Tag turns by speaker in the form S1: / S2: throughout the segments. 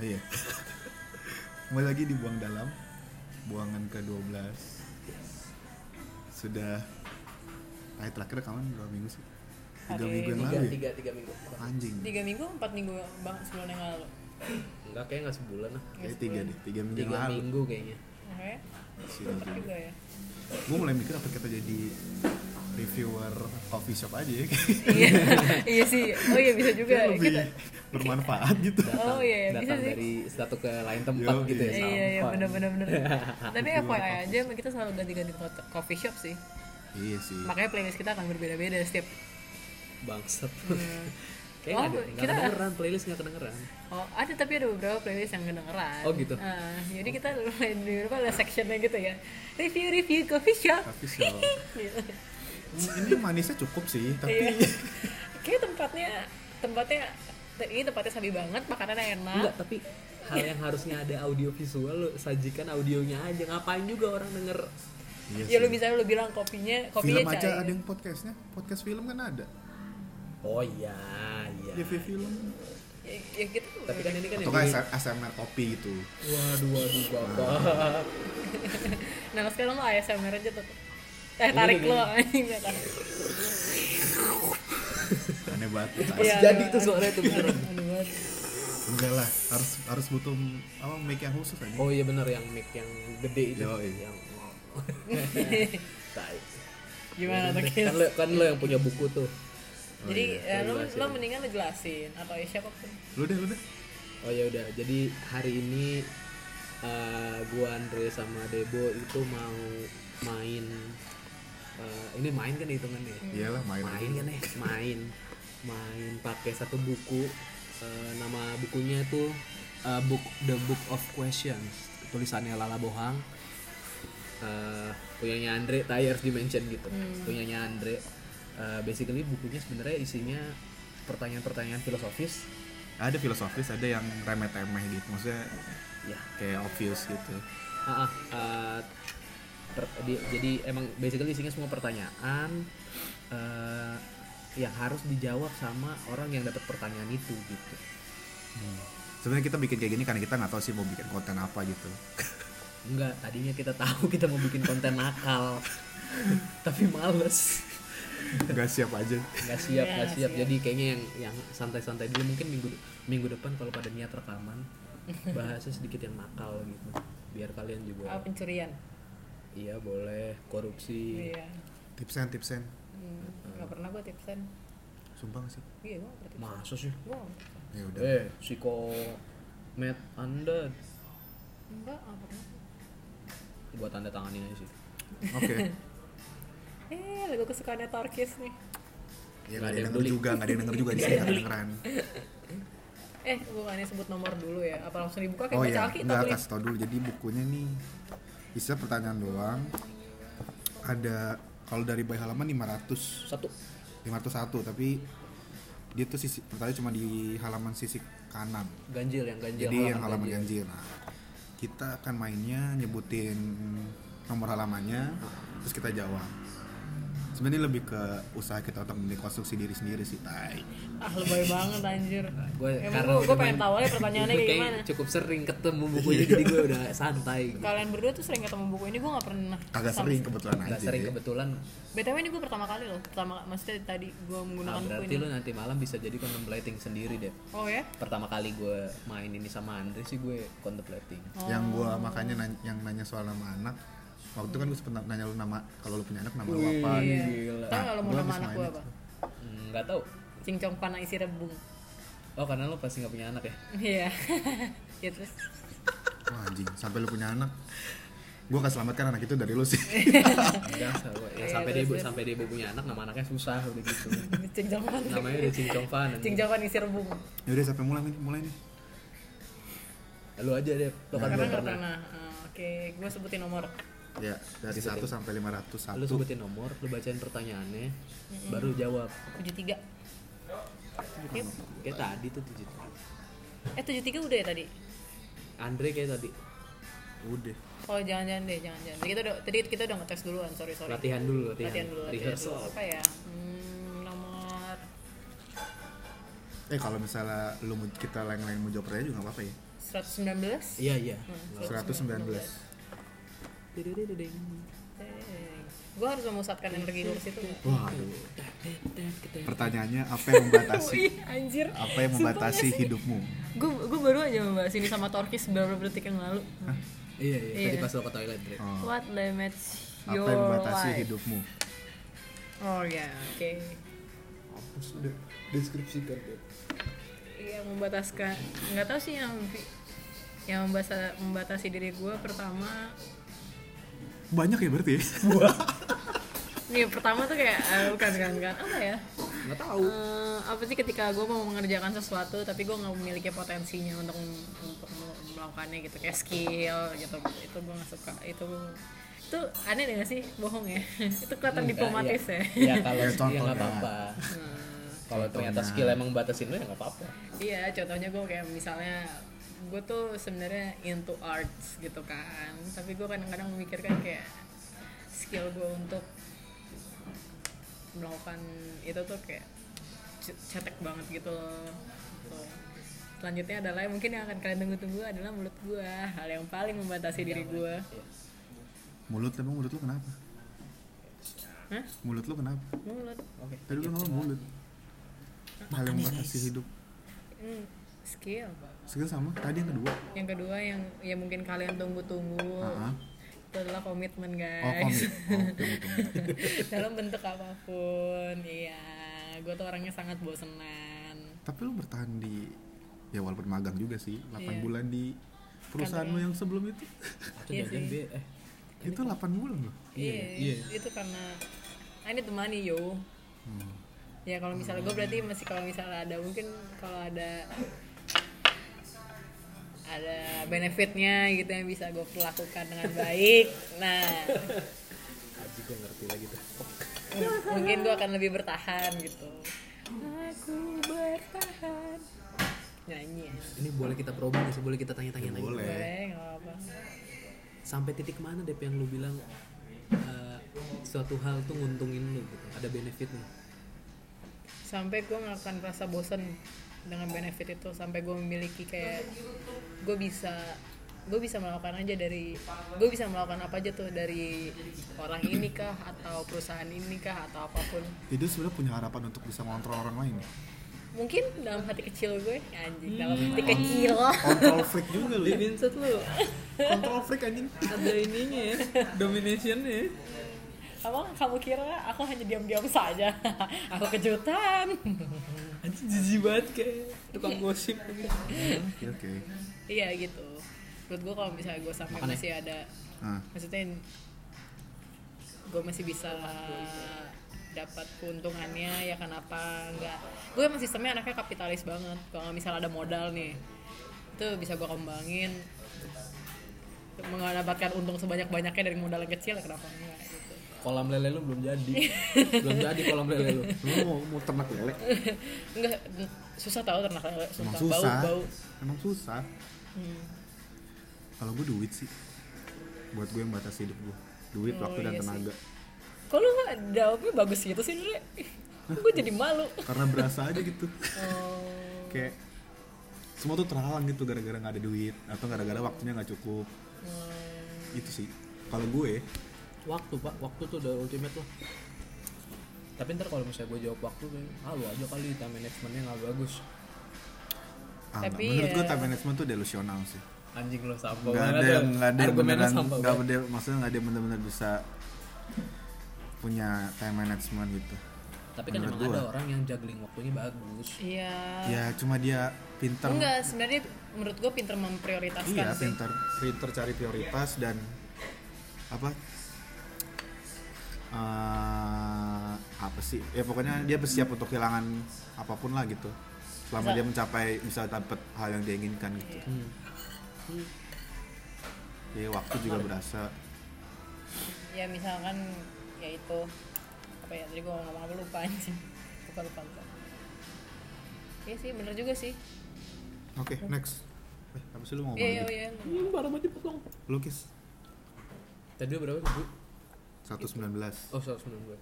S1: Iya. Kembali lagi di buang dalam. Buangan ke-12. Sudah terakhir terakhir rekaman berapa minggu sih? Tiga
S2: Hari
S1: minggu yang lalu
S2: tiga,
S3: tiga
S1: ya?
S3: tiga tiga minggu
S1: Anjing.
S2: tiga minggu empat minggu bang sebulan yang lalu
S3: enggak kayak nggak sebulan lah
S1: Kayaknya tiga
S2: sebulan.
S1: deh, tiga minggu yang
S3: tiga
S1: lalu.
S3: minggu kayaknya
S2: oke
S1: Sudah
S2: Cepet
S1: tiga.
S2: juga ya
S1: Gue mulai mikir apa kita jadi reviewer coffee shop aja ya.
S2: iya iya sih oh iya bisa juga
S1: Kayak lebih
S2: kita
S1: bermanfaat gitu.
S3: datang,
S2: Oh, iya, bisa
S3: datang
S2: sih.
S3: dari satu ke lain tempat
S1: Yo,
S3: gitu ya
S1: iya.
S2: iya iya
S3: sampah.
S2: benar benar benar tapi FYI aja emang kita selalu ganti-ganti kota- coffee shop sih
S1: Iya sih.
S2: makanya playlist kita akan berbeda-beda setiap
S3: bangsat
S2: Hmm.
S3: kayak
S2: Oh,
S3: nggak ada nggak
S2: kita-
S3: kedengeran playlist nggak kedengeran
S2: Oh, ada tapi ada beberapa playlist yang kedengeran.
S3: Oh, gitu.
S2: Ah, jadi kita lumayan di beberapa ada sectionnya gitu ya. Review review coffee shop.
S1: Coffee shop.
S2: Gitu.
S1: Ini manisnya cukup sih,
S2: Iya.
S1: tapi
S2: Kayak tempatnya tempatnya ini tempatnya sabi banget, makanannya enak.
S3: enggak tapi hal yang harusnya ada audio visual lo sajikan audionya aja ngapain juga orang denger
S1: Iya
S2: ya lu
S1: sih.
S2: bisa lu bilang kopinya kopinya
S1: film aja
S2: cair.
S1: ada yang podcastnya. Podcast film kan ada.
S3: oh iya iya
S1: Review film.
S2: Ya, ya gitu.
S3: tapi kan ini kan
S1: Atau kan
S3: yang di-
S1: ASMR kopi gitu.
S3: waduh waduh bapak
S2: Nah, sekarang lu ASMR aja tuh.
S1: Iya,
S2: Eh, tarik lu anjing. ya, tarik.
S1: Aneh banget.
S2: Iya,
S3: jadi
S2: aduh,
S3: tuh suaranya tuh beneran
S2: Aduh, banget.
S1: Enggak lah, harus harus butuh apa make yang khusus aja.
S3: oh iya bener yang mic yang gede itu
S1: Yoi.
S3: yang Tai.
S1: Iya,
S2: Gimana tuh? Kil?
S3: kan lo kan lo yang punya buku tuh
S2: Jadi
S1: Oh,
S2: eh, lu
S3: Jelasin.
S2: lu mendingan lu jelasin atau ya siapapun.
S1: Lu deh, lu deh.
S3: Oh ya udah, jadi hari ini eh, gua Andre sama Debo itu mau main eh, ini main kan hitungannya. ya?
S1: Iyalah main.
S3: Main kan ya, main. Main pakai satu buku eh, nama bukunya tuh eh, book The Book of Questions. Tulisannya Lala Bohang. Eh, punyanya Andre, tadi harus dimention gitu. Punyanya Andre. Eh, basically bukunya sebenarnya isinya pertanyaan-pertanyaan filosofis.
S1: Ada filosofis, ada yang remeh-temeh gitu. Maksudnya
S3: Ya,
S1: kayak obvious gitu.
S3: Ah, ah, ah, per- di- jadi emang basically isinya semua pertanyaan eh, yang harus dijawab sama orang yang dapat pertanyaan itu gitu.
S1: Sebenarnya kita bikin kayak gini karena kita nggak tahu sih mau bikin konten apa gitu.
S3: Enggak, tadinya kita tahu kita mau bikin konten nakal, tapi males.
S1: Gak siap aja.
S3: Nggak
S2: Iya,
S3: siap, nggak
S2: nggak
S3: siap.
S2: siap.
S3: Jadi kayaknya yang yang santai-santai dulu mungkin minggu minggu depan kalau pada niat rekaman bahasnya sedikit yang nakal gitu. Biar kalian
S2: Ah,
S3: juga
S2: pencurian.
S3: iya boleh korupsi.
S2: Iya.
S1: Tipsen, tipsen.
S2: Hmm, nggak pernah gue tipsen.
S1: Sumpah nggak sih?
S2: Iya, gue nggak pernah tipsen.
S3: Masa sih?
S2: Gue nggak pernah tipsen.
S1: Ya udah.
S3: Eh, psiko Matt Anda
S2: Enggak, nggak pernah.
S3: buat tanda tanganin aja sih.
S1: Oke.
S2: Eh, lagu kesukaannya Tarkis nih.
S1: Ya nggak ada
S3: Nggak ada yang
S1: yang denger
S3: beli.
S1: juga, nggak ada yang denger juga di sini nggak kedengeran.
S2: Eh, bukannya sebut nomor dulu ya? Apa langsung dibuka kayak
S1: Oh
S2: baca
S1: ya,
S2: Alkitab
S1: nggak
S2: nih?
S1: kasih tau dulu. Jadi bukunya nih isinya pertanyaan doang. Ada kalau dari by halaman 500
S3: Satu.
S1: 501 tapi dia tuh sisi pertanyaan cuma di halaman sisi kanan.
S3: Ganjil yang ganjil.
S1: Jadi yang halaman ganjil. Nah, kita akan mainnya nyebutin nomor halamannya terus kita jawab. Sebenarnya lebih ke usaha kita untuk mendekonstruksi diri sendiri sih, tai.
S2: Ah, lebay banget anjir.
S3: Gue
S2: Emang gue, gue pengen tahu aja pertanyaannya kayak gimana.
S3: Cukup sering ketemu
S1: Iya.
S3: bukunya jadi gue udah santai.
S1: Nah,
S3: gitu.
S2: Kalian berdua tuh sering ketemu buku ini, gue gak pernah.
S3: Nah.
S1: Kagak
S2: sama-
S1: sering kebetulan aja. ya.
S3: Gak sering kebetulan.
S2: BTW ini gue pertama kali loh. Pertama, maksudnya tadi gue
S3: Nah,
S2: menggunakan buku
S3: berarti
S2: ini.
S3: lu nanti malam bisa jadi contemplating sendiri deh.
S2: Oh ya?
S3: Pertama kali gue main ini sama Andre sih gue contemplating.
S1: Yang gua makanya nanya- yang nanya soal nama anak. Waktu itu kan gue sempet na- nanya lu nama kalau lu punya anak nama lu apa. gitu.
S3: Wih,
S2: Iya.
S3: gila.
S2: Tahu kalau mau
S1: Gua
S2: nama
S1: habis
S2: anak
S1: main
S2: gue
S1: itu.
S2: apa?
S3: Hmm, Nggak tahu.
S2: Cincong panah isi rebung.
S3: Oh karena lo pasti nggak punya anak ya?
S2: Iya. ya terus.
S1: Wah, anjing, sampai lu punya anak. Gua akan selamatkan anak itu dari lu sih.
S3: Enggak, salah. ya,
S2: Iya,
S3: sampai
S2: terus,
S3: dia
S2: terus.
S3: sampai dia punya anak nama anaknya susah udah gitu.
S2: Cincong panah.
S3: Namanya udah cincong fan. anjing.
S2: Cincong panah isi rebung.
S1: ya udah sampai mulai nih, mulai nih.
S3: Lu aja deh, lo
S2: Karena
S3: kan belum
S2: gak
S3: pernah.
S2: pernah. Ah, Oke, gue sebutin nomor.
S1: Ya, dari 1 sampai 500
S3: Gitu, Lu
S1: satu.
S3: sebutin nomor, lu bacain pertanyaannya, baru jawab.
S2: 73. Oke.
S3: Kayak tadi tuh tujuh.
S2: Eh 73 udah ya tadi?
S3: Andre kayak tadi
S1: Udah.
S2: Oh jangan-jangan deh, jangan-jangan. Tadi kita udah, tadi kita udah ngetes duluan, sorry sorry.
S3: latihan dulu, latihan,
S2: Latihan dulu, latihan dulu.
S3: rehearsal.
S2: Apa ya? Hmm, nomor
S1: Eh kalau misalnya lu mau- kita lain-lain mau jawab pertanyaan juga nggak apa-apa ya.
S2: 119
S4: Iya iya.
S2: Hmm.
S1: 119
S4: Dididididing.
S2: Gue harus memusatkan energi gue ke situ nggak?
S4: Iya,
S1: Waduh. Pertanyaannya apa yang membatasi?
S2: Wih, anjir.
S1: apa yang membatasi hidupmu?
S2: Gue gue baru aja membahas ini sama Torkis beberapa detik yang lalu.
S4: Iya iya. Tadi
S2: Iya.
S4: pas lo ke toilet. Dre.
S1: Oh.
S2: What limits your
S1: Apa yang membatasi
S2: life?
S1: hidupmu?
S2: Oh ya, oke.
S4: Aku sudah deskripsikan. Dre.
S2: Yang Iya, membataskan, nggak tahu sih yang yang membasa- membatasi diri gue pertama
S1: Banyak ya berarti?
S2: nih pertama tuh kayak eh, bukan bukan bukan apa ya
S4: Nggak tahu.
S2: Eh, apa sih ketika gue mau mengerjakan sesuatu tapi gue nggak memiliki potensinya untuk untuk melakukannya gitu kayak skill gitu itu gue nggak suka itu itu aneh deh nggak sih bohong ya itu kelihatan diplomatis
S3: Iya,
S2: ya
S3: Iya kalau
S1: Ya,
S3: skill
S1: contohnya.
S3: nggak apa-apa.
S2: Hmm,
S3: Kalau ternyata skill emang batasin lu ya nggak apa-apa.
S2: iya contohnya gue kayak misalnya gue tuh sebenarnya into arts gitu kan tapi gue kadang-kadang memikirkan kayak skill gue untuk melakukan itu tuh kayak ce- cetek banget gitu loh Tuh. selanjutnya adalah yang mungkin yang akan kalian tunggu-tunggu adalah mulut gue hal yang paling membatasi diri gue
S1: Mulut emang mulut lu kenapa?
S2: Hah? Gitu
S1: Mulut lu kenapa?
S2: mulut
S3: Oke.
S1: Tadi lu ngomong mulut. Hal
S2: ya,
S1: yang membatasi hidup.
S2: Hmm, skill
S1: Sekitar sama. Tadi yang kedua.
S2: yang kedua yang ya mungkin kalian tunggu-tunggu
S1: Ah, ah.
S2: itu adalah komitmen guys
S1: Oh, komik. Oh, tunggu, tunggu.
S2: dalam bentuk apapun iya gue tuh orangnya sangat bosenan
S1: Tapi lu bertahan di ya walaupun magang juga sih, 8
S2: Iya.
S1: bulan di perusahaan lu yang sebelum itu.
S3: Itu
S2: Iya
S3: jajan
S2: sih.
S3: dia eh
S1: itu 8 bulan loh.
S2: iya
S4: iya.
S2: itu karena I need the money yo ya kalau misalnya gue berarti masih kalau misalnya ada mungkin kalau ada ada benefitnya gitu yang bisa gue perlakukan dengan baik nah
S4: Aji gue ngerti lagi tuh.
S2: m- mungkin gue akan lebih bertahan gitu aku bertahan nyanyi ya.
S4: Ini boleh kita promo nggak sih? Boleh kita tanya-tanya lagi?
S1: Boleh.
S2: boleh nggak apa-apa
S4: Sampai titik mana Dep yang lu bilang eh, suatu hal tuh nguntungin lu gitu? Ada benefitnya?
S2: sampai gue nggak akan rasa bosen dengan benefit itu sampai gue memiliki kayak gue bisa gue bisa melakukan aja dari gue bisa melakukan apa aja tuh dari orang ini kah atau perusahaan ini kah atau apapun
S1: Jadi lu sebenarnya punya harapan untuk bisa ngontrol orang lain. ya?
S2: mungkin dalam hati kecil gue ya anjing dalam hati kecil
S1: Kontrol freak juga lu. ya.
S3: Vincent lu
S1: Kontrol freak anjing.
S3: ada ininya ya, dominationnya.
S2: Emang kamu kira aku hanya diam-diam saja aku kejutan
S3: Anjir jijik banget kayak tukang gosip gitu.
S1: Oke, oke.
S2: iya gitu menurut gue kalau misalnya gue sampai masih ada
S1: Ah,
S2: maksudnya gue masih bisa dapat keuntungannya ya kenapa enggak gue emang sistemnya anaknya kapitalis banget kalau misalnya ada modal nih itu bisa gue kembangin mendapatkan untung sebanyak banyaknya dari modal yang kecil ya kenapa enggak gitu
S3: Kolam lele lu belum jadi. belum jadi kolam lele lu.
S1: lu mau, mau ternak lele?
S2: enggak susah tau ternak lele
S1: Emang
S2: susah,
S1: susah.
S2: bau bau
S1: Emang susah.
S2: Hmm.
S1: Kalau gue duit sih. Buat gue yang batas hidup gue. Duit,
S2: Oh,
S1: waktu dan
S2: iya sih.
S1: tenaga.
S2: kok lu nggak jawabnya bagus gitu sih Dre? gue jadi malu
S1: Karena berasa aja gitu.
S2: oh
S1: Kayak semua tuh terhalang gitu gara-gara nggak ada duit atau gara-gara waktunya nggak cukup.
S2: oh,
S1: Itu sih. Kalau gue,
S3: Waktu pak, waktu tuh udah ultimate lah. Tapi ntar kalau misalnya gue jawab waktu, kayak, ah lu aja kali time managementnya nggak bagus.
S1: ah, nggak.
S2: Tapi
S1: menurut gue
S2: ya-
S1: time management tuh delusional sih.
S3: Anjing lu sampah
S1: Nggak
S3: banget
S1: ada yang
S3: lu.
S1: nggak ada yang
S3: Argumennya
S1: beneran
S3: sampah
S1: nggak
S3: banget.
S1: ada maksudnya nggak ada yang bener-bener bisa punya time management gitu.
S3: Tapi kan
S1: Menurut
S3: emang
S1: gua.
S3: ada orang yang juggling waktunya bagus.
S2: iya
S1: Ya cuma dia pinter
S2: Enggak, sebenarnya menurut gue pinter memprioritaskan
S1: Iya,
S2: sih.
S1: pinter, pinter cari prioritas dan apa? eh, apa sih? Ya pokoknya dia bersiap untuk kehilangan apapun lah gitu. Selama
S2: Misal-
S1: dia mencapai bisa dapat hal yang dia inginkan gitu.
S2: Hmm.
S1: Jadi waktu juga berasa.
S2: Ya misalkan ya itu apa ya tadi gue ngomong apa lupa anjing. Lupa lupa lupa. Iya sih, bener juga sih.
S1: Oke, next. Eh, apa sih lu mau
S2: Iya iya
S1: ngomong? lagi?
S2: iya.
S3: Hmm, parah banget dipotong.
S1: Lukis
S3: Tadi lu berapa Bu?
S1: 119.
S3: Oh, 109 gue.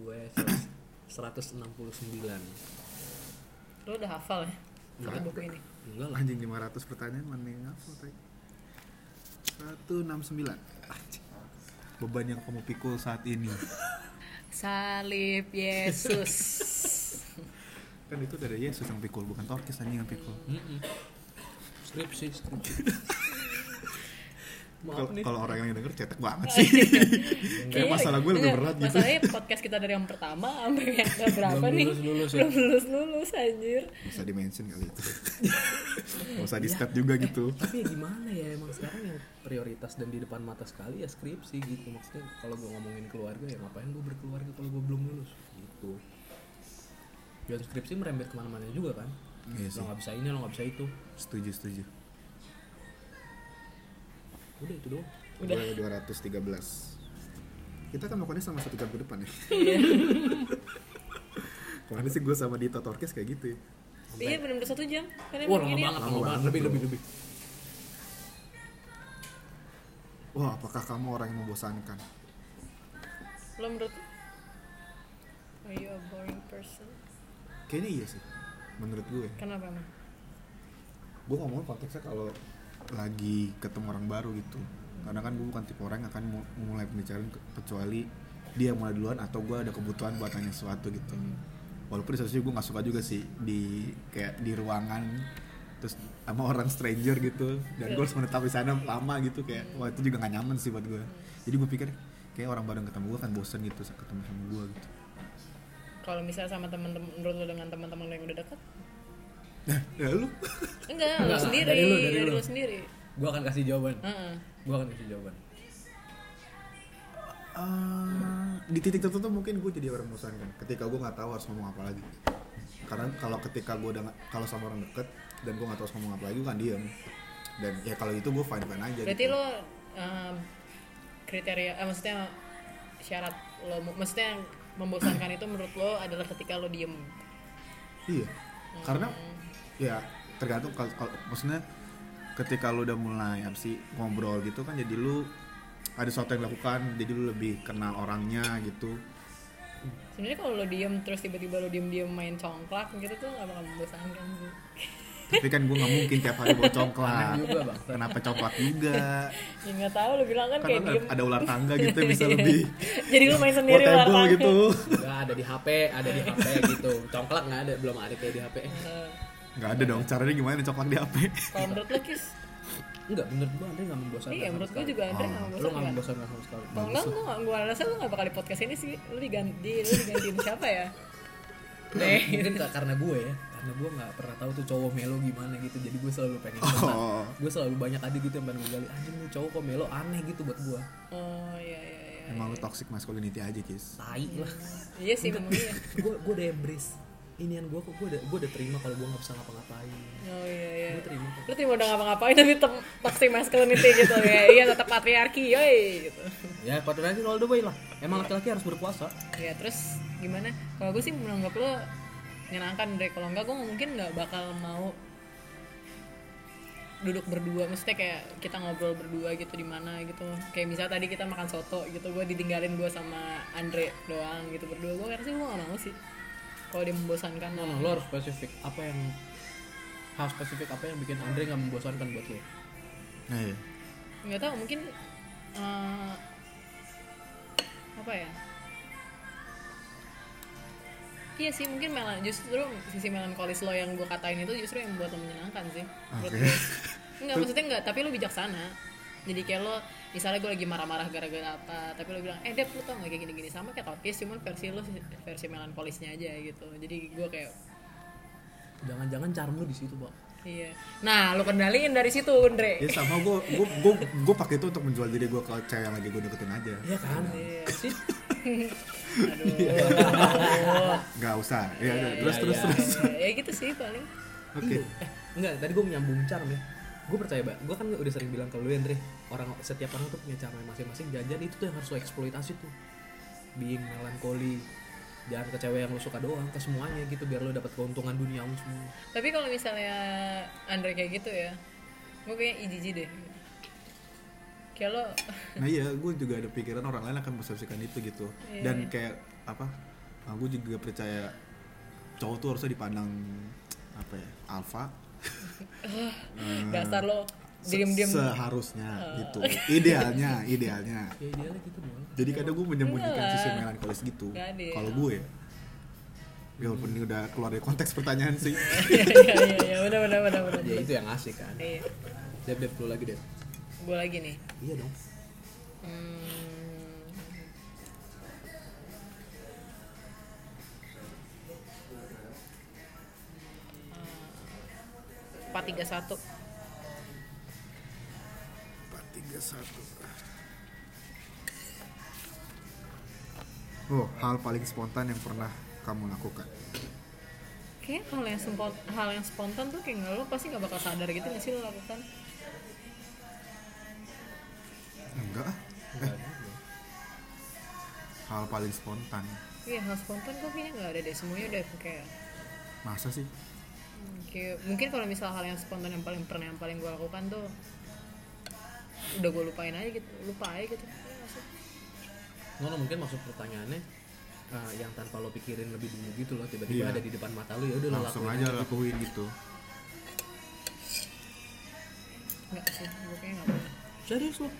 S3: Gue 169.
S2: Lu udah hafal ya? untuk buku ini
S4: enggak lah
S1: Anjing 500 pertanyaan mana yang apa tadi? 169. Anjing. Beban yang kamu pikul saat ini.
S2: salib Yesus
S1: Kan itu dari Yesus yang pikul, bukan Torkis anjing yang pikul.
S3: Mm-mm. Skripsi, skripsi.
S1: Kalau
S3: Maaf nih.
S1: kalau orang yang denger cetek banget sih. Kayak masalah gue lebih
S2: Iya. Enggak,
S1: berat gitu.
S2: masalahnya podcast kita dari yang pertama sampai yang berapa
S3: Belum
S2: nih
S3: lulus-lulus ya.
S2: belum lulus lulus anjir
S1: Bisa di-mention kali itu. Gak usah di-stat juga gitu.
S4: tapi ya gimana
S3: Mana ya emang sekarang yang prioritas dan di depan mata sekali ya skripsi gitu maksudnya kalau gue ngomongin keluarga ya ngapain gue berkeluarga kalau gue belum lulus gitu dan skripsi merembet kemana-mana juga kan
S1: Iya sih.
S3: lo nggak bisa ini lo nggak bisa itu
S1: Setuju, setuju.
S3: udah itu doang
S2: Udah.
S1: Gue 213. Kita kan melakukannya sama satu jam ke depan ya. Kemarin sih gue sama Dito Torkis kayak gitu ya.
S2: iya belum satu jam kan emang
S3: wah lama
S2: ini
S3: banget
S1: Lama
S3: lama banget
S1: banget,
S3: lebih
S1: bro.
S3: lebih lebih
S1: Wah, apakah kamu orang yang membosankan?
S2: lo menurut lo? are you a boring person
S1: Kayaknya iya sih. Menurut gue.
S2: kenapa emang
S1: Gue ngomong konteksnya kalau lagi ketemu orang baru gitu. Karena kan gue bukan tipe orang yang akan mu- mulai pembicaraan ke- kecuali dia mulai duluan atau gue ada kebutuhan buat nanya sesuatu gitu. Walaupun di satu sisi gue gak suka juga sih di kayak di ruangan terus sama orang stranger gitu dan gue harus menetap di sana lama gitu kayak wah itu juga gak nyaman sih buat gue jadi gue pikir kayak orang baru yang ketemu gue kan bosen gitu saat ketemu sama gue gitu
S2: kalau misalnya sama teman-teman menurut lo dengan teman-teman lo yang udah dekat
S1: nah ya lu
S2: enggak lo
S3: Enggak,
S2: sendiri
S3: dari lo, dari
S2: dari
S3: lo.
S2: lo sendiri
S3: gue akan kasih jawaban
S2: Heeh.
S3: gue akan kasih jawaban
S1: Eh, di titik tertentu mungkin gue jadi orang membosankan ketika gue nggak tahu harus ngomong apa lagi karena kalau ketika gue udah nggak- kalau sama orang deket dan gue nggak tahu harus ngomong apa lagi gue kan diem dan ya kalau itu gue fine fine aja
S2: berarti
S1: gitu.
S2: lo um, kriteria eh, maksudnya syarat lo maksudnya yang membosankan itu menurut lo adalah ketika lo diem
S1: iya karena ya tergantung kalau kalau- maksudnya ketika lu udah mulai apa sih ngobrol gitu kan jadi lu ada sesuatu yang dilakukan jadi lu lebih kenal orangnya gitu
S2: sebenarnya kalau lo diem terus tiba-tiba lo diem-diem main congklak gitu tuh gak bakal membosankan sih
S1: tapi kan gue nggak mungkin tiap hari bawa congklak
S3: Aneh juga, Bang.
S1: kenapa congklak juga
S2: ya nggak tahu lo bilang kan kayak
S1: kan
S2: diem
S1: ada ular tangga gitu yang bisa lebih
S2: jadi lo main sendiri lah
S1: portable
S2: kan
S1: gitu
S4: Nggak ada di HP ada di HP gitu congklak nggak ada belum ada kayak di HP
S2: Eh,
S1: nggak ada dong caranya gimana coklat di HP
S2: kalau menurut lo kis
S3: enggak menurut gue Andre nggak membosankan
S2: iya
S3: sama
S2: menurut gue
S3: sekali.
S2: juga Andre nggak
S3: lo nggak
S2: membosankan
S3: membosankan sama sekali
S2: kalau enggak gue nggak gue rasa lo nggak bakal di podcast ini sih lo diganti lo digantiin siapa ya
S3: Nah, mungkin ka- karena gue ya karena gue nggak pernah tahu tuh cowok melo gimana gitu jadi gue selalu pengen
S1: Oh.
S3: gue selalu banyak adik gitu yang pengen gue gali anjing nih cowok kok melo aneh gitu buat gue
S2: oh iya iya iya
S1: emang lu toxic masculinity aja kis
S3: tai lah
S2: iya sih memang iya
S3: gue gue udah embrace inian gue kok gue udah gue udah terima kalau gue nggak bisa ngapa-ngapain
S2: Oh iya iya.
S3: gue terima kok
S2: Lu terima udah ngapa-ngapain tapi tem- toxic masculinity gitu ya. Iya tetap patriarki, yoi gitu.
S3: ya patriarki all the way lah emang laki-laki harus berpuasa
S2: Ya terus gimana? Kalau gue sih menganggap lo menyenangkan deh. Kalau enggak gue mungkin nggak bakal mau duduk berdua maksudnya kayak kita ngobrol berdua gitu di mana gitu kayak misalnya tadi kita makan soto gitu gue ditinggalin gue sama Andre doang gitu berdua gue sih gue gak mau sih kalau dia membosankan
S3: no, no, lo harus spesifik apa yang harus spesifik apa yang bikin Andre nggak membosankan buat lo
S1: nah iya.
S2: nggak tahu mungkin eh, apa ya iya sih mungkin melan justru sisi melankolis lo yang gue katain itu justru yang buat lo menyenangkan sih menurut
S1: Oke.
S2: gue. nggak maksudnya nggak tapi lo bijaksana jadi kayak lo misalnya gue lagi marah-marah gara-gara apa tapi lo bilang eh Dep lo tau gak kayak gini-gini sama kayak Tokis cuman versi lo versi melankolisnya aja gitu jadi gue kayak
S3: jangan-jangan charm lo di situ pak
S2: iya nah lo kendaliin dari situ Andre
S1: ya sama gue gue gue gue pakai itu untuk menjual diri gue ke cewek yang lagi gue deketin aja
S3: Iya kan
S2: Iya.
S3: sih
S2: aduh
S1: nggak usah ya, udah. terus terus
S3: iya.
S1: terus
S2: ya, ya gitu sih paling
S1: oke
S3: Eh, enggak, tadi gue menyambung charm ya. Gue percaya, Mbak. Gue kan udah sering bilang ke lu, Andre. Orang setiap orang tuh punya charmnya masing-masing. Jajan itu tuh yang harus lo eksploitasi tuh. Being melankoli. Jangan ke cewek yang lo suka doang, ke semuanya gitu biar lo dapat keuntungan duniawi semua.
S2: tapi kalau misalnya Andre kayak gitu ya gue kayaknya IJJ deh kayak lo
S1: nah iya gue juga ada pikiran orang lain akan mempersepsikan itu gitu nah, dan kayak apa gue juga percaya cowok tuh harusnya dipandang apa ya alfa
S2: dasar lo diem diem
S1: Hmm. Se- seharusnya gitu idealnya idealnya
S3: ya idealnya gitu boleh
S1: jadi kadang gue menyembunyikan
S2: Enggak.
S1: sisi melankolis gitu
S2: Enggak ada ya.
S1: kalau gue ya walaupun ini udah keluar dari konteks pertanyaan sih
S2: Iya, iya iya iya benar benar benar benar
S3: ya itu yang asik kan
S2: iya
S3: dep dep lu lagi dep
S2: gue lagi nih
S3: iya dong
S2: Hmm. Ah. empat tiga satu
S1: 431 Oh, hal paling spontan yang pernah kamu lakukan.
S2: kayaknya kalau yang spontan, hal yang spontan tuh kayak nggak lo pasti nggak bakal sadar gitu nggak sih lo lakukan
S1: Enggak. ah. Eh. Hal paling spontan.
S2: iya hal spontan gue kayaknya nggak ada deh semuanya udah kayak
S1: Masa sih?
S2: kayak mungkin kalau misal hal yang spontan yang paling pernah yang paling gue lakukan tuh udah gue lupain aja gitu lupa aja gitu Iya nggak sih?
S3: Nono mungkin maksud pertanyaannya eh, yang tanpa lo pikirin lebih dulu gitu loh tiba-tiba
S1: Iya.
S3: ada di depan mata lo ya udah lo
S1: Langsung
S3: lakuin
S1: aja lakuin gitu.
S2: nggak sih gue kayaknya nggak pernah
S3: serius lo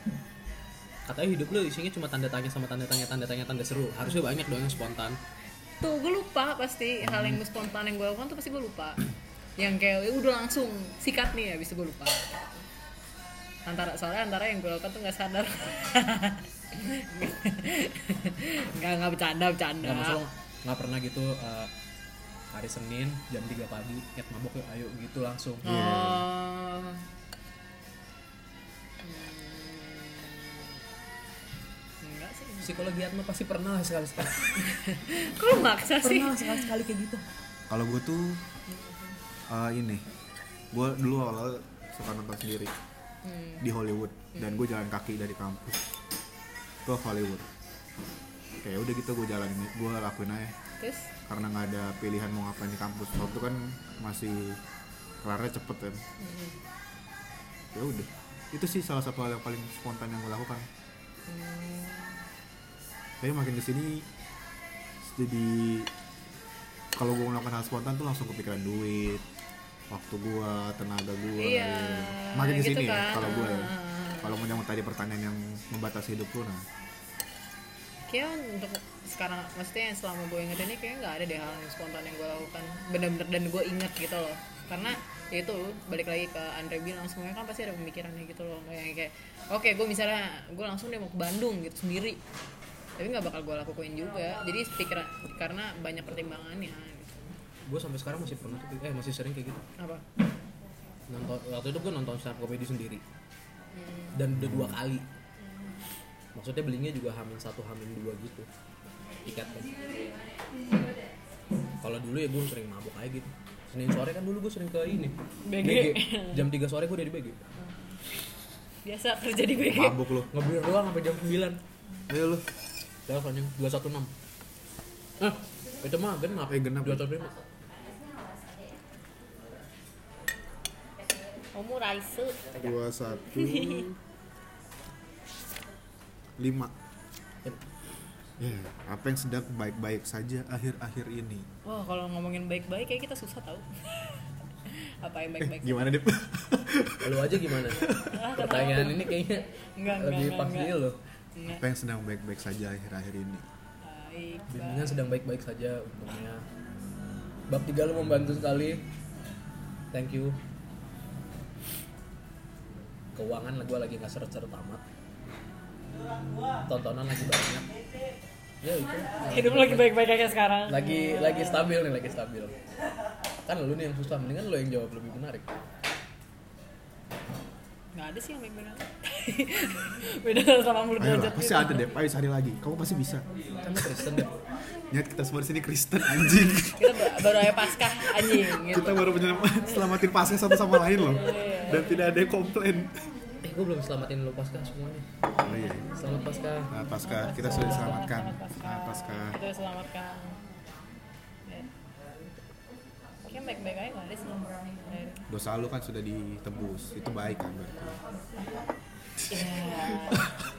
S3: katanya hidup lo isinya cuma tanda tanya sama tanda tanya tanda tanya tanda seru harusnya banyak dong yang spontan
S2: tuh gue lupa pasti hal yang spontan yang gue lakukan tuh pasti gue lupa yang kayak "Ya udah langsung sikat nih habis itu gue lupa antara soalnya antara yang gue lakukan tuh nggak sadar nggak nggak bercanda bercanda
S3: nggak maksud lo nggak pernah gitu eh, hari Senin jam 3 pagi niat mabok yuk ayo gitu langsung
S2: oh Hmm. enggak sih
S3: psikologi Atma pasti pernah lah sekali sekali
S2: kok lu maksa sih
S3: pernah lah sekali sekali kayak gitu
S1: Kalau gue tuh eh, ini, gue dulu awal suka nonton sendiri
S2: Hmm.
S1: di Hollywood dan gue jalan kaki dari kampus ke Hollywood. Kayak udah gitu gue jalanin, gue lakuin aja.
S2: terus
S1: karena nggak ada pilihan mau ngapain di kampus waktu itu kan masih kelarnya cepet kan ya udah itu sih salah satu hal yang paling spontan yang gue lakukan tapi makin kesini jadi kalau gue melakukan hal spontan tuh langsung kepikiran duit waktu gue tenaga gue
S2: Iya,
S1: makin
S2: gitu
S1: kesini ya
S2: kan.
S1: kalau gue ya.
S2: Ah.
S1: kalau menyambut tadi pertanyaan yang membatasi hidup lu nah
S2: kayak untuk sekarang maksudnya yang selama gue inget ini kayak nggak ada deh hal yang spontan yang gue lakukan bener-bener dan gue inget gitu loh karena ya itu balik lagi ke Andre bilang semuanya kan pasti ada pemikirannya gitu loh kayak kayak oke gue misalnya gue langsung deh mau ke Bandung gitu sendiri tapi nggak bakal gue lakuin juga jadi pikiran karena banyak pertimbangannya gitu.
S3: gue sampai sekarang masih pernah tuh eh masih sering kayak gitu
S2: apa
S3: nonton waktu itu gue nonton stand up comedy sendiri dan udah
S2: Hmm.
S3: dua kali maksudnya belinya juga hamin satu hamin dua gitu tiketnya kalau dulu ya gue sering mabuk aja gitu senin sore kan dulu gue sering ke ini
S2: BG.
S3: jam 3 sore gue udah di BG
S2: biasa kerja di BG
S1: mabuk lu
S3: ngebir doang sampai jam 9
S1: ayo lu
S3: Lalu kan yang 216 Eh, itu mah genap
S1: Eh, genap.
S3: 215
S2: Omu Raisu
S1: dua satu lima
S3: Eh,
S1: Ya, apa yang sedang baik-baik saja akhir-akhir ini?
S2: wah kalau ngomongin baik-baik kayak kita susah tau apa yang
S1: Eh,
S2: baik-baik
S1: gimana deh?
S3: lu aja gimana? pertanyaan ini kayaknya
S2: Enggak, enggak,
S3: lebih
S2: enggak,
S3: pas
S2: enggak.
S3: dia loh
S2: Nggak
S1: apa yang sedang baik-baik saja akhir-akhir ini?
S2: baik
S3: Bimbingan sedang baik-baik saja untungnya. Bab 3 lu membantu sekali. Thank you. Keuangan gua lagi nggak seret-seret amat. Tontonan lagi banyak. Ya itu.
S2: hidup lagi baik-baik aja sekarang
S3: Lagi lagi stabil nih, lagi stabil. Kan lu nih yang susah, mendingan lu yang jawab lebih menarik.
S2: nggak ada sih yang baik-baik aja. beda 180
S1: Ayo lah,
S2: derajat
S1: pasti ada deh. Ayo sehari lagi. Kamu pasti bisa.
S3: Kan lu Kristen ya.
S1: Nyat kita semua di sini Kristen anjing.
S2: kita ba- baru aja paskah anjing gitu
S1: Kita baru menyelamat, selamatin pasnya satu sama lain loh. Dan tidak ada yang komplain.
S3: Eh, gua belum selamatin lu pasca semuanya.
S1: Oh iya.
S3: Selamat pasca.
S1: Nah, pasca kita sudah diselamatkan. Nah, pasca
S2: kita udah selamatkan Ya. kayaknya baik-baik aja nggak ada sih yang baik-baik.
S1: dosa lu kan sudah ditebus. Itu baik kan berarti.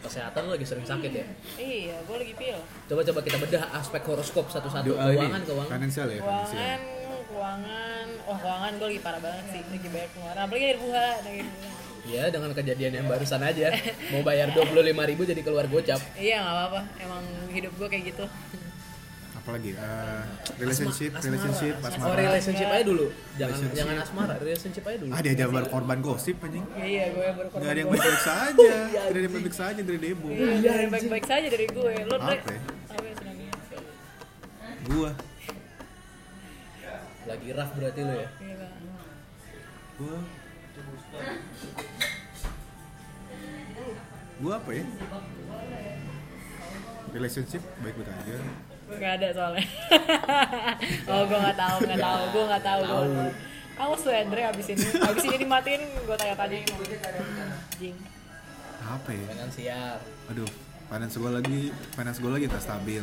S3: Kesehatan lu lagi sering sakit ya.
S2: Iya, iya gue lagi pil
S3: Coba-coba kita bedah aspek horoskop satu-satu
S1: Doa ini
S3: keuangan, keuangan.
S1: Iya, finansial ya, finansial.
S2: keuangan keuangan wah keuangan gue lagi parah banget sih lagi banyak pengeluaran apalagi air buah lagi air buah.
S3: Ya dengan kejadian yang barusan aja Mau bayar 25.000 ribu jadi keluar gocap
S2: iya nggak apa-apa emang hidup gue kayak gitu
S1: apalagi eh, relationship relationship
S3: Oh
S1: asmara
S3: relationship aja dulu Jangan jangan asmara Relationship aja dulu
S1: ah diajak berkorban gosip anjing
S2: Ya, iya gue berkorban
S1: nggak ada yang
S2: gue.
S1: baik-baik saja tidak ada yang baik-baik saja dari debo
S2: Iya, nggak ada yang baik-baik saja dari gue lo
S1: Apa
S2: Dre?
S1: ya?
S2: apa Iya, yang senang ini?
S1: gua
S3: Lagi rough berarti lo ya
S2: Iya, Bang.
S1: gua gua apa ya relationship baik-baik aja
S2: nggak ada soalnya oh gue nggak tahu nggak tahu gue nggak tahu gue nggak tahu. awas lo Andre abis ini abis ini dimatiin gue tanya-tanya anjing
S1: apa ya
S3: Dengan siar
S1: aduh finance gua lagi finance gua lagi tak stabil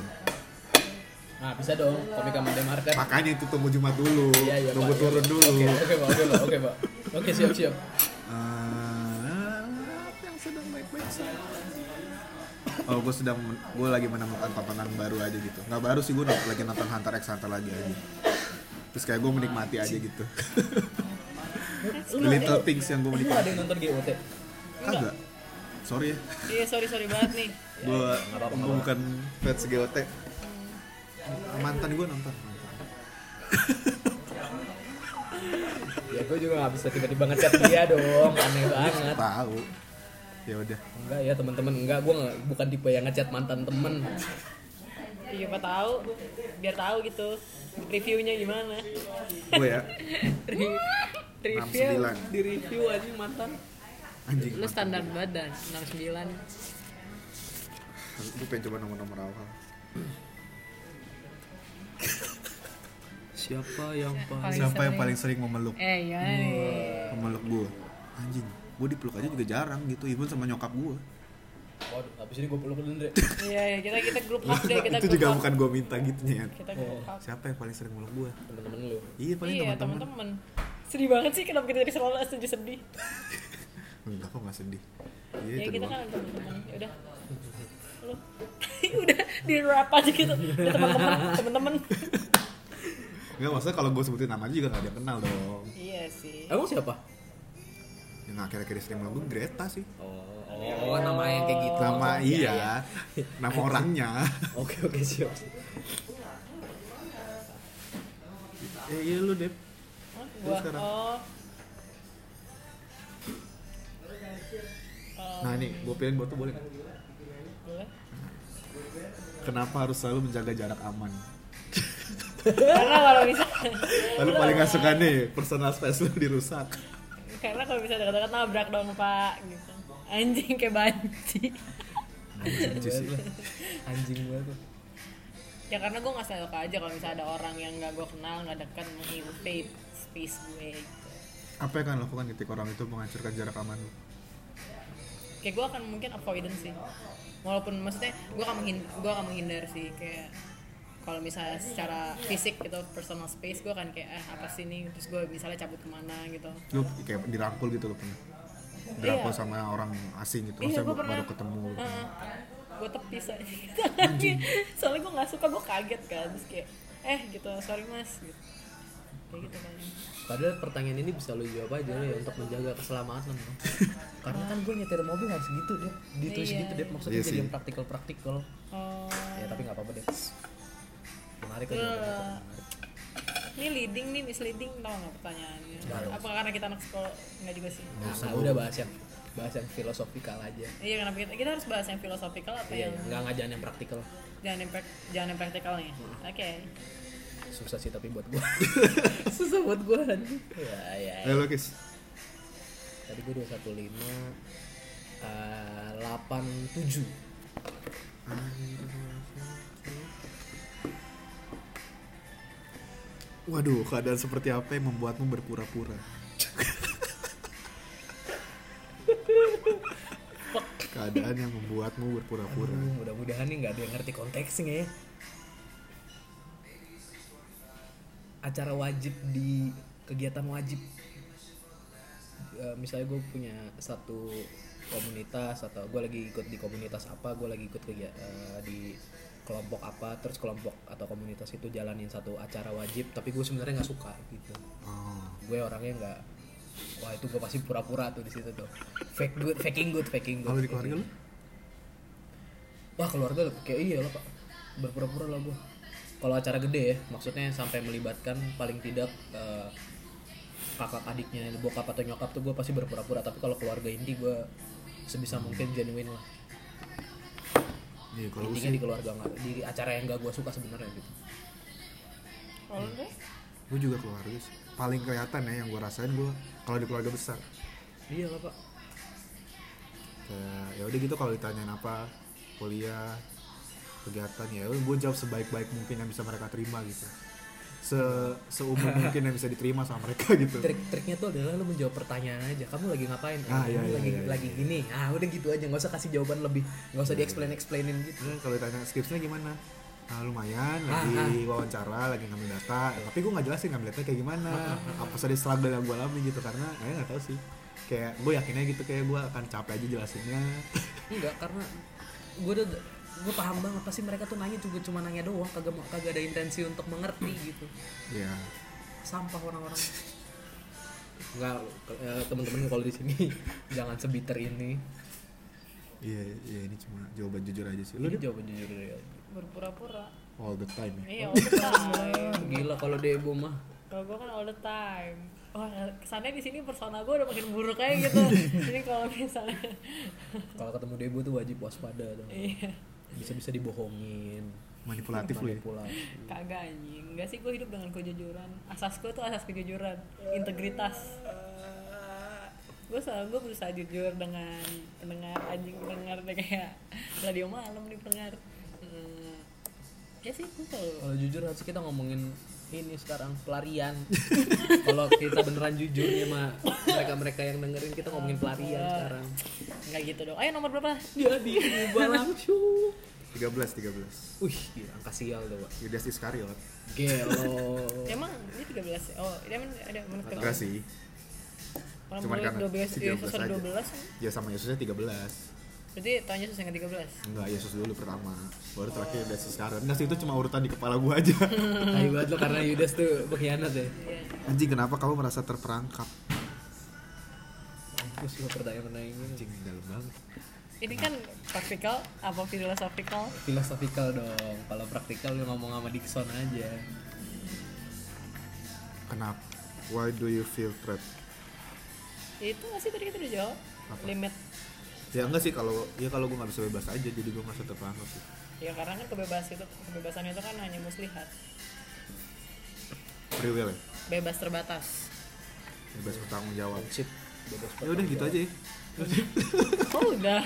S3: Nah bisa dong komika Monday Market
S1: makanya itu tunggu jumat dulu
S3: Iya, iya,
S1: tunggu
S3: Pak, iya,
S1: turun
S3: Pak.
S1: dulu
S3: Oke oke pak oke pak oke pak Oke siap siap
S1: Ah, yang sedang baik-baik saja. Oh, gue sedang gue lagi menemukan tontonan baru aja gitu. Nggak baru sih gue lagi nonton Hunter x Hunter lagi aja. Terus kayak gue menikmati aja gitu. The little things yang gue
S3: Lu ada
S1: menikmati.
S3: yang nonton GOT?
S1: Kagak. Sorry ya.
S2: iya sorry sorry banget nih
S1: Gue bukan fans GOT. Mantan gue nonton.
S3: Ya gue juga gak bisa tiba-tiba ngecat dia dong Aneh banget
S1: Tahu. Ya udah.
S3: Enggak ya teman-teman enggak gue nggak- bukan tipe yang ngechat mantan temen
S2: Iya, siapa tahu biar tahu gitu reviewnya gimana
S1: Gue ya.
S2: Re- review
S1: 69.
S2: di review aja mantan
S1: Anjing.
S2: lu standar badan 69
S1: Gue pengen coba nomor-nomor awal.
S4: Siapa yang paling
S2: Paling
S1: Siapa yang
S2: sering.
S1: paling sering memeluk?
S2: eh gimana nih
S1: memeluk gue anjing gue dipeluk aja juga jarang gitu even sama nyokap gue
S3: Waduh habis ini gue peluk lu Ndre
S2: iya iya, kita kita grup up deh kita
S1: itu
S2: grup
S1: juga
S2: up.
S1: bukan gue minta gitu ya
S2: kita grup up
S1: siapa yang paling sering meluk gue
S3: Temen-temen lu
S1: iya paling
S2: iya
S1: teman-teman
S2: teman-teman sedih banget sih kenapa kita jadi selalu sedih sedih
S1: enggak kok nggak sedih iya
S2: ya
S1: itu
S2: kita
S1: doang
S2: kan ada teman-teman ya udah lu udah di wrap aja gitu ya, teman-teman teman-teman
S1: nggak maksudnya kalau gue sebutin namanya juga nggak ada yang kenal dong
S2: iya sih
S3: Emang siapa?
S1: yang akhir-akhir sering meluk gue Greta sih
S3: Oh, oh nama yang kayak gitu
S1: nama iya nama orangnya
S3: Oh. Oke oke siap
S1: eh iya lu deh
S2: Hah,
S1: Terus
S2: gua
S1: sekarang?
S2: oh
S1: nah ini gue pilih gue tuh boleh nggak?
S2: boleh.
S1: kenapa harus selalu menjaga jarak aman
S2: karena kalau bisa
S1: lalu paling nggak suka nih personal space lu dirusak
S2: karena kalau bisa dekat-dekat nabrak dong pak gitu anjing kayak banci
S1: Benci sih.
S3: Anjing gue tuh
S2: ya karena gue nggak selok aja kalau misalnya ada orang yang nggak gue kenal nggak dekat menginvade space gue gitu.
S1: apa yang akan lakukan ketika orang itu menghancurkan jarak aman lu?
S2: kayak gue akan mungkin avoidance sih walaupun maksudnya gue akan menghindar gue akan menghindar sih kayak kalau misalnya secara fisik gitu personal space gue akan kayak ah apa sih ini terus gue misalnya cabut kemana gitu
S1: lu kayak dirangkul gitu lu pernah dirangkul
S2: Iya.
S1: sama orang asing gitu
S2: iya
S1: Maksudnya
S2: gue
S1: baru-
S2: pernah Eh.
S1: baru ketemu lu pernah.
S2: gue tepis aja soalnya gue nggak suka gue kaget kan terus kayak eh gitu sorry mas gitu kayak gitu kan
S3: Padahal pertanyaan ini bisa lu jawab aja ya untuk menjaga keselamatan lo. Karena kan gue nyetir mobil harus gitu deh, ditulis
S2: Iya.
S3: gitu deh maksudnya
S1: Iya
S3: jadi
S1: sih.
S3: yang praktikal-praktikal.
S2: oh
S3: Ya tapi nggak apa-apa deh. Menarik aja.
S2: Eh, ini leading nih misleading tau nggak pertanyaannya apa karena kita anak sekolah nggak juga sih
S3: Nah, nah, udah bahas yang bahas yang filosofikal aja.
S2: Iya kenapa kita, kita harus bahas yang filosofikal apa
S3: Iya,
S2: yang
S3: nggak ngajarin yang praktikal.
S2: jangan yang prak- jangan yang praktikalnya.
S3: Hmm.
S2: Oke.
S3: Susah sih tapi buat gue. Susah buat gue. Ya, ya.
S1: eh lu kis
S3: Tadi gue 215 eh 87.
S1: waduh keadaan seperti apa yang membuatmu berpura-pura keadaan yang membuatmu berpura-pura
S3: Aduh, Hmm, mudah-mudahan nih nggak ada yang ngerti konteksnya ya. Acara wajib di kegiatan wajib. Eh, misalnya gue punya satu komunitas atau gue lagi ikut di komunitas apa, gue lagi ikut kegia- eh, di kelompok apa terus kelompok atau komunitas itu jalanin satu acara wajib tapi gue sebenarnya nggak suka gitu
S1: Oh,
S3: gue orangnya nggak wah itu gue pasti pura-pura tuh di situ tuh fake good faking good faking good
S1: kalau di keluarga lu?
S3: wah keluarga lebih kayak iya lah pak berpura-pura lah gue kalau acara gede ya maksudnya sampai melibatkan paling tidak eh, kakak adiknya bokap atau nyokap tuh gue pasti berpura-pura tapi kalau keluarga inti gue sebisa mungkin genuine lah
S1: Iya, kalau gue
S3: intinya
S1: sih,
S3: di keluarga nggak di acara yang gak gue suka sebenarnya gitu
S2: Kalau lu?
S1: gue juga keluarga sih. Paling kelihatan ya yang gue rasain gue kalau di keluarga besar.
S3: iya lah pak
S1: Kayak ya udah gitu kalau ditanyain apa kuliah kegiatan ya gue jawab sebaik-baik mungkin yang bisa mereka terima gitu. Se seumur mungkin yang bisa diterima sama mereka gitu.
S3: trik-triknya tuh adalah lu menjawab pertanyaan aja kamu lagi ngapain
S1: Ah,
S3: "Eh,
S1: iya,
S3: ini
S1: iya,
S3: lagi
S1: iya,
S3: lagi gini ah udah gitu aja nggak usah kasih jawaban lebih nggak usah di explain explainin gitu
S1: Nah, kalau ditanya skripsinya gimana? Ah, lumayan,
S3: Ah,
S1: lagi wawancara, lagi ngambil data. Tapi gue nggak jelasin ngambil data kayak gimana.
S3: Ah,
S1: Apa saja struggle yang gue alami gitu karena eh nggak tahu sih. Kayak gue yakinnya gitu kayak gue akan capek aja jelasinnya.
S3: enggak karena gue udah gue paham banget pasti mereka tuh nanya juga cuma nanya doang kagak mau- kagak ada intensi untuk mengerti gitu
S1: Iya.
S3: sampah orang-orang enggak eh, teman-teman kalau di sini jangan sebiter ini
S1: Iya, iya ini cuma jawaban jujur aja sih. Lu
S3: ini jawaban jujur ya. dari aku.
S2: Berpura-pura.
S1: all the time ya.
S3: Oh,
S2: Iya, all the time.
S3: gila kalau Debo mah
S2: Kalau gue kan all the time. Wah, kesannya di sini persona gue udah makin buruk aja gitu. Jadi kalau misalnya
S3: kalau ketemu Debo tuh wajib waspada dong
S2: iya,
S3: bisa-bisa dibohongin
S1: Manipulatif lu ya.
S3: manipulasi
S2: kagak anjing. Enggak sih gue hidup dengan kejujuran. Asas gue tuh asas kejujuran, integritas. Gue selalu gue berusaha jujur dengan pendengar anjing pendengar deh kayak radio malam nih pendengar. Hmm, ya sih gue kalau
S3: Kalau jujur harus kita ngomongin ini sekarang pelarian. Kalau kita beneran jujur ya mah mereka-mereka yang dengerin kita ngomongin pelarian sekarang.
S2: nggak gitu dong. Ayo nomor berapa?
S1: Iya,
S3: Jadi diubah langsung.
S1: 13, 13.
S3: Wih, gila, angka sial tuh, Pak.
S1: Yudas Iskariot.
S3: Gelo.
S2: Emang ini 13 ya? Oh, ini emang ada menurut kamu?
S1: Enggak sih.
S2: Orang
S1: Cuman
S2: mulai
S1: karena
S2: 12,
S1: si 13
S2: Yesus
S1: aja.
S2: 12
S1: Ya sama Yesusnya 13.
S2: Berarti tahun Yesus yang ke-13
S1: Enggak, Yesus dulu pertama. Baru terakhir Yudas Iskariot. Enggak sih itu cuma urutan di kepala gue aja.
S3: Tai banget lo karena Yudas tuh pengkhianat ya.
S2: Iya
S1: Anjing, kenapa kamu merasa terperangkap?
S3: Terus lo pertanyaan-pertanyaan ini.
S1: Anjing, dalam banget.
S2: Ini kan praktikal apa filosofikal
S3: Filosofikal dong. Kalau praktikal lo ngomong sama Dixon aja.
S1: Kenapa? Why do you feel threat?
S2: Itu nggak sih tadi kita udah jawab
S1: Apa?
S2: Limit
S1: Ya enggak sih kalau ya kalau gue nggak bisa bebas aja jadi gue merasa terperangkap sih.
S2: Ya karena kan kebebasan itu kebebasan itu kan hanya muslihat
S1: Free will ya,
S2: Bebas terbatas
S1: bebas bertanggung jawab.
S3: Sip. Bebas
S1: Ya udah gitu aja. Ya
S2: Oh udah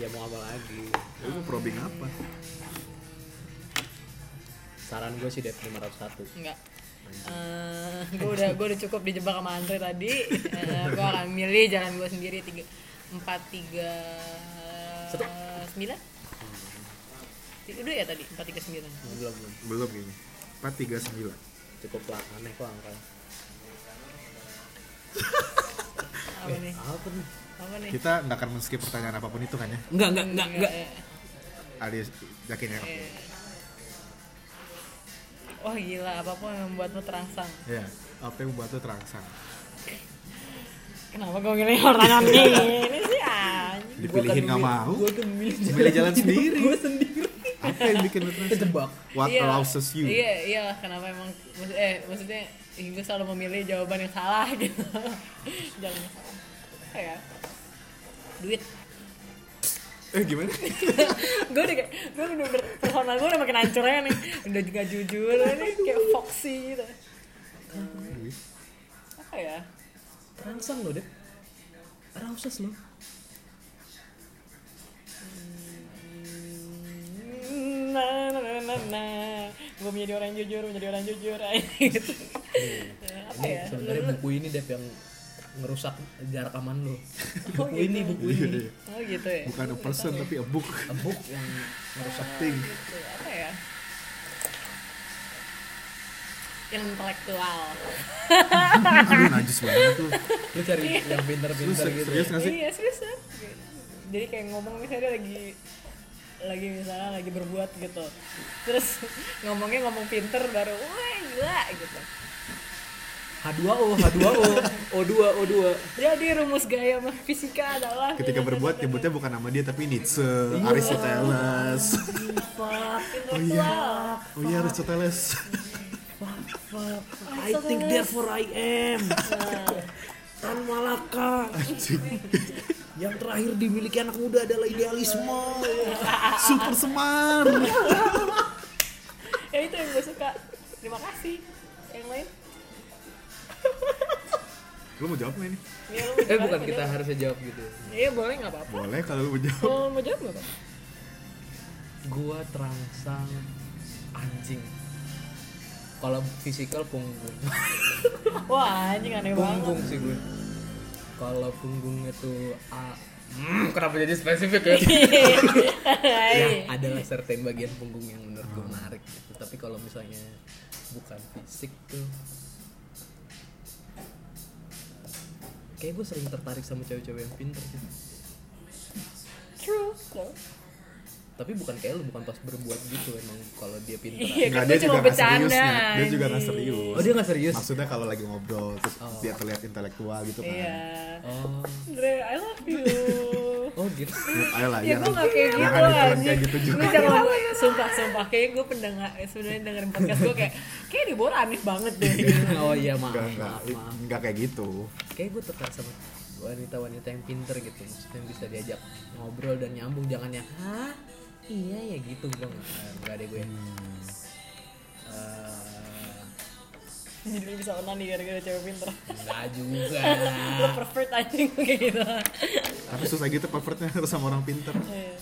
S3: Ya mau apa lagi?
S1: Ya, mau probing apa?
S3: Saran gue sih Dep 501.
S2: Enggak Eh, gue udah gue udah cukup dijebak sama Andre tadi Eh, gue akan milih jalan gue sendiri tiga empat tiga sembilan udah ya tadi empat tiga sembilan
S3: Belum belum.
S1: Belum kayaknya. 439.
S3: Cukup lah aneh kok angka.
S2: apa nih
S3: Apa nih?
S2: apa nih
S1: Kita nggak akan men-skip pertanyaan apapun itu kan ya.
S3: Enggak, enggak, enggak, enggak.
S2: Eh,
S1: Alias yakin ya.
S2: Wah gila, apapun yang membuatmu terangsang.
S1: Ya, apa yang membuat lo terangsang?
S2: Kenapa gue milih orang ini sih ah, anjing?
S1: Dipilihin nggak mau?
S3: Gue tuh milih jalan,
S1: Milih jalan sendiri.
S3: Gue sendiri.
S1: Apa yang bikin lo terangsang?
S3: Kejebak.
S1: What
S2: Iya,
S1: arouses you?
S2: Iya, iya, kenapa emang maksud- eh maksudnya gue selalu memilih jawaban yang salah gitu. Jangan yang salah. Apa ya? Duit.
S1: Eh gimana?
S2: gue udah kayak gue udah bener personal gue udah makin hancur aja nih udah juga jujur nih kayak foxy gitu
S1: Duit.
S2: apa ya
S3: Terangsang lo deh. Rauses lo.
S2: na na na na na gue menjadi orang jujur menjadi orang jujur gitu Eh, apa
S3: Ini
S2: ya
S3: sebenarnya buku ini Dep yang ngerusak jarak aman lo.
S2: gitu.
S3: Buku ini, buku
S1: Iya,
S3: ini.
S1: iya.
S2: oh gitu ya
S1: Bukan a person tapi a book.
S3: A book yang ngerusak
S1: Thing.
S2: gitu apa ya intelektual
S1: Aduh najis banget tuh.
S3: Lo cari yang
S1: Lu
S3: pinter-pinter
S1: se-
S3: gitu.
S1: serius nggak sih?
S2: iya seriusan jadi kayak ngomong misalnya dia lagi lagi misalnya lagi berbuat gitu terus ngomongnya ngomong pinter baru wah gila gitu
S5: H2O, H2O, O2, O2.
S2: jadi rumus gaya mah fisika adalah
S1: Ketika berbuat nyebutnya bukan nama dia tapi Nietzsche,
S3: Iya.
S1: Aristoteles.
S2: Fuck,
S1: Oh iya. Oh iya Aristoteles.
S5: I think therefore I am.
S2: Iya.
S5: Tan Malaka.
S1: Anjing.
S5: Yang terakhir dimiliki anak muda adalah idealisme.
S2: Iya.
S1: Super semar.
S2: ya itu yang gue suka terima kasih yang lain
S1: Lu mau jawab nggak ini?
S2: ya, lu
S3: Eh
S2: gimana
S3: bukan
S2: mau
S3: kita
S2: jawab?
S3: harusnya jawab gitu.
S2: iya boleh nggak apa-apa
S1: Boleh kalau lu mau jawab.
S2: mau mau jawab nggak apa-apa
S3: Gua terangsang anjing. Kalau fisikal punggung.
S2: wah anjing aneh banget
S3: punggung sih gue. Kalau punggungnya tuh a Hmm, kenapa jadi spesifik ya? ya
S2: Hai.
S3: adalah certain bagian punggung yang menurut gue menarik gitu. tapi kalau misalnya bukan fisik tuh kayak gue sering tertarik sama cewek-cewek yang pinter sih
S2: true true.
S3: tapi bukan kayak lu bukan pas berbuat gitu emang kalau dia pinter
S2: Iya,
S1: Nggak,
S2: kan
S1: dia
S2: gue cuma
S1: nggak
S2: bercanda,
S1: serius, Nyat. Dia juga nggak
S2: anjing.
S1: serius.
S3: oh dia nggak serius
S1: Maksudnya kalau lagi ngobrol terus
S3: Oh.
S1: dia terlihat intelektual gitu kan.
S2: iya
S3: oh
S2: Dre I love you
S3: oh gitu
S1: Menurut Ayo lah,
S2: ya gue gak kayak gitu
S1: Jangan ditelan
S2: anjing.
S1: kayak gitu juga.
S2: gue jangan sumpah sumpah kayak gue pendengar sebenarnya dengerin podcast gue kayak kayak di bawah aneh banget deh
S3: oh iya maaf
S1: Enggak, enggak,
S3: maaf, maaf.
S1: enggak kayak gitu.
S3: kayak gue tertarik sama wanita-wanita yang pinter gitu maksudnya yang bisa diajak ngobrol dan nyambung jangan yang hah iya ya gitu gue nggak nggak ada gue Eh,
S2: jadi lu bisa onani gara-gara cewek pinter
S3: nggak juga
S2: lo
S1: Nah.
S2: pervert anjing kayak gitu
S1: Tapi susah gitu pervertnya harus sama orang pinter.
S2: Iya.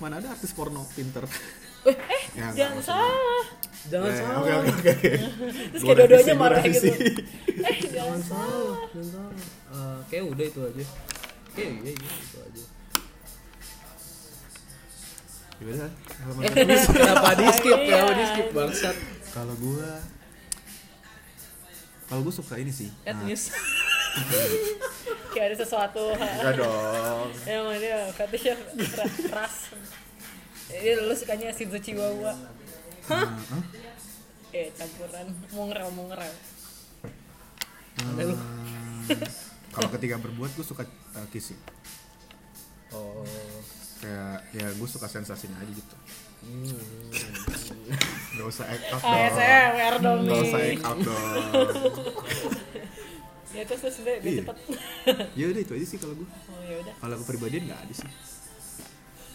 S1: Mana ada artis porno pinter?
S2: Eh, eh,
S1: Ya,
S2: jangan
S1: nggak,
S2: salah.
S3: jangan
S1: Eh,
S3: salah
S1: Oke oke oke.
S2: Terus
S1: Gua
S2: kayak dua-duanya
S1: revisi, gua
S2: marah gitu.
S1: revisi.
S2: Eh, jangan
S3: jangan
S2: salah.
S3: salah jangan salah Eh, kayak udah itu aja kayak iya iya itu aja
S1: Gimana? Halaman
S3: Eh, kenapa di skip
S2: Iya.
S3: kenapa di skip bangsat
S1: Kalau gua kalau gua suka ini sih.
S2: Cat
S1: Nah,
S2: news. kayak ada sesuatu
S1: Enggak dong.
S2: yang mana dia fetishnya ra- ras. Jadi lu sukanya Shizu Chihuahua.
S1: Nah, hah?
S2: Eh, campuran mongrel mongrel.
S1: Hmm, Kalau ketika berbuat gue suka uh, kissing.
S3: oh
S1: Kayak ya gue suka sensasinya aja gitu.
S3: hmm.
S1: Gak usah act out
S2: Ah, ya,
S1: dong.
S2: ASMR dong
S1: Gak usah
S2: nih.
S1: act out dong.
S2: Ya terus terus deh, biar
S1: Iya.
S2: cepet.
S1: ya udah itu aja sih kalau gue.
S2: Oh ya udah.
S1: Kalau kepribadian nggak ada sih.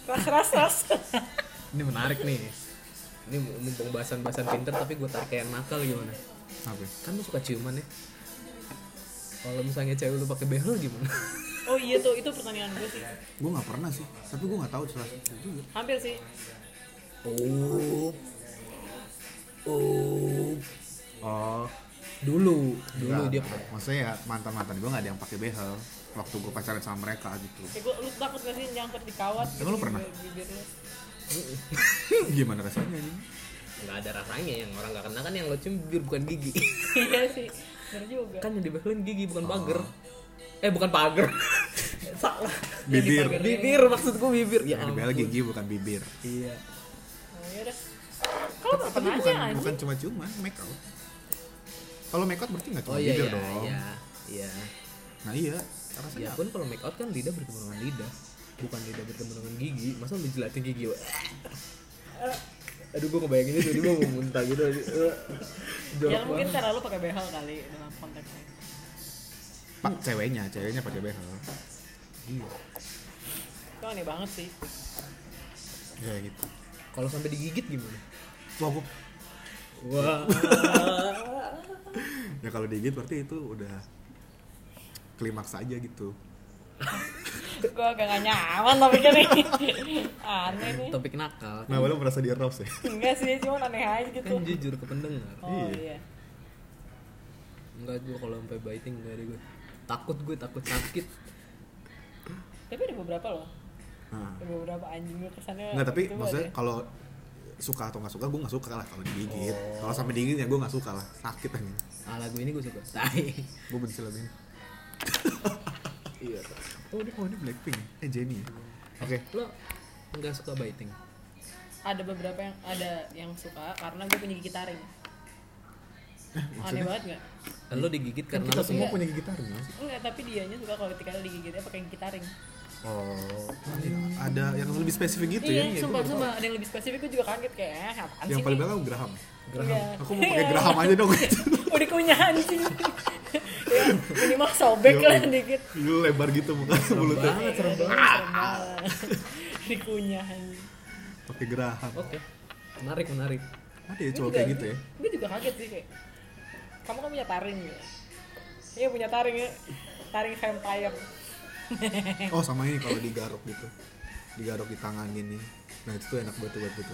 S2: Ras ras ras.
S3: ini menarik nih ini mumpung bahasan-bahasan pinter tapi gue tarik kayak yang nakal gimana
S1: Apa? ya?
S3: kan lu suka ciuman ya kalau misalnya cewek lu pakai behel gimana
S2: Oh iya tuh itu pertanyaan gue sih.
S1: Gue nggak pernah sih. Tapi gue nggak tahu salah satu juga.
S2: Hampir sih.
S3: oh oh
S1: Oh.
S3: dulu dulu
S1: nggak,
S3: dia
S1: nggak. Maksudnya ya mantan mantan gue nggak ada yang pakai behel. Waktu gue pacaran sama mereka gitu.
S2: Ya gue lu takut gak sih nyangkut di kawat?
S1: Emang lu
S2: gitu,
S1: pernah?
S2: di bibir lu?
S1: Gimana rasanya ini?
S3: nggak ada rasanya yang orang nggak kena kan yang lo cium bibir bukan gigi
S2: Iya sih. Bener juga.
S3: kan yang dibehelin gigi bukan pagar eh bukan pagar salah
S1: Bibir.
S3: bibir maksud gue bibir ya
S1: Yang di behel
S3: ampun.
S1: gigi bukan bibir.
S3: iya
S2: Oh, ya udah. Kalau nggak
S1: Tapi
S2: pernah
S1: bukan
S2: aja
S1: bukan
S2: anjing.
S1: cuma ciuman, make out. Kalau make out berarti nggak cuma
S3: oh iya
S1: bibir
S3: iya
S1: dong.
S3: iya iya
S1: Nah iya,
S3: ya
S1: rasanya
S3: pun kalau make out kan lidah bertemu dengan lidah bukan lidah bertemu dengan gigi masa lu jelatin gigi wah? aduh gue ngebayanginnya jadi mau muntah gitu Eh, jorok
S2: Ya mungkin
S3: banget.
S2: karena lu pakai behel kali dalam konteksnya.
S1: pak ceweknya, ceweknya pakai behel.
S3: Iya.
S2: Itu aneh banget sih.
S1: Ya gitu.
S3: kalau sampai digigit gimana
S1: Wah, gua-
S3: wah
S1: ya kalau digigit berarti itu udah klimaks aja gitu.
S2: Gue agak gak nyaman tapi kan nih. Aneh nih.
S3: topik nakal
S1: Nah, lu merasa di arouse ya?
S2: Enggak sih, cuman aneh aja gitu.
S3: kan jujur ke pendengar
S2: Oh
S1: Iya.
S2: iya.
S3: enggak gue kalau sampai biting enggak deh gue takut gue takut sakit
S2: Tapi ada beberapa loh.
S1: Nah.
S2: Ada beberapa anjing gue kesannya.
S1: Nggak, tapi
S2: Eh, itu
S1: maksudnya
S2: ada.
S1: kalau suka atau nggak suka, gue nggak suka lah kalau digigit. Kalau sampai digigit ya gue nggak suka lah, sakit kan.
S3: ah lagu ini gue suka tai
S1: Gue benci lagu ini.
S3: iya
S1: Iya. ya? Oh, ini, oh, ini Blackpink. Eh, Jennie. ya? Oke.
S3: lo nggak suka biting
S2: ada beberapa yang ada yang suka karena gue punya gigi taring
S1: Eh,
S2: aneh banget nggak
S3: lo digigit
S1: Kan
S3: karena
S1: kita
S3: lo
S1: semua
S2: Iya.
S1: punya gigi taring ya?
S2: enggak tapi dianya suka kalau ketika digigitnya pakai gigi taring
S1: Oh, ada yang lebih spesifik gitu
S2: iya
S1: ya?
S2: sumpah sumpah ada yang lebih spesifik gue juga kaget kayak eh apaan
S1: Yang
S2: sih
S1: paling
S2: ini?
S1: belakang Graham.
S2: Iya.
S1: Aku mau pakai Graham aja dong.
S2: udah kunyah anjing ya, minimal sobek
S1: Yo,
S2: lah
S1: iya.
S2: dikit Iya,
S1: Lu lebar gitu mukanya mulutnya.
S2: serem banget dikunyah anjing
S1: Pakai Graham.
S3: oke menarik menarik
S1: Ada ya cowok kayak gitu ya?
S2: gue juga kaget sih kayak kamu kan punya taring ya iya punya taring ya taring vampire
S1: Oh sama ini kalau digaruk gitu Digaruk di tangan gini Nah itu tuh enak banget buat gitu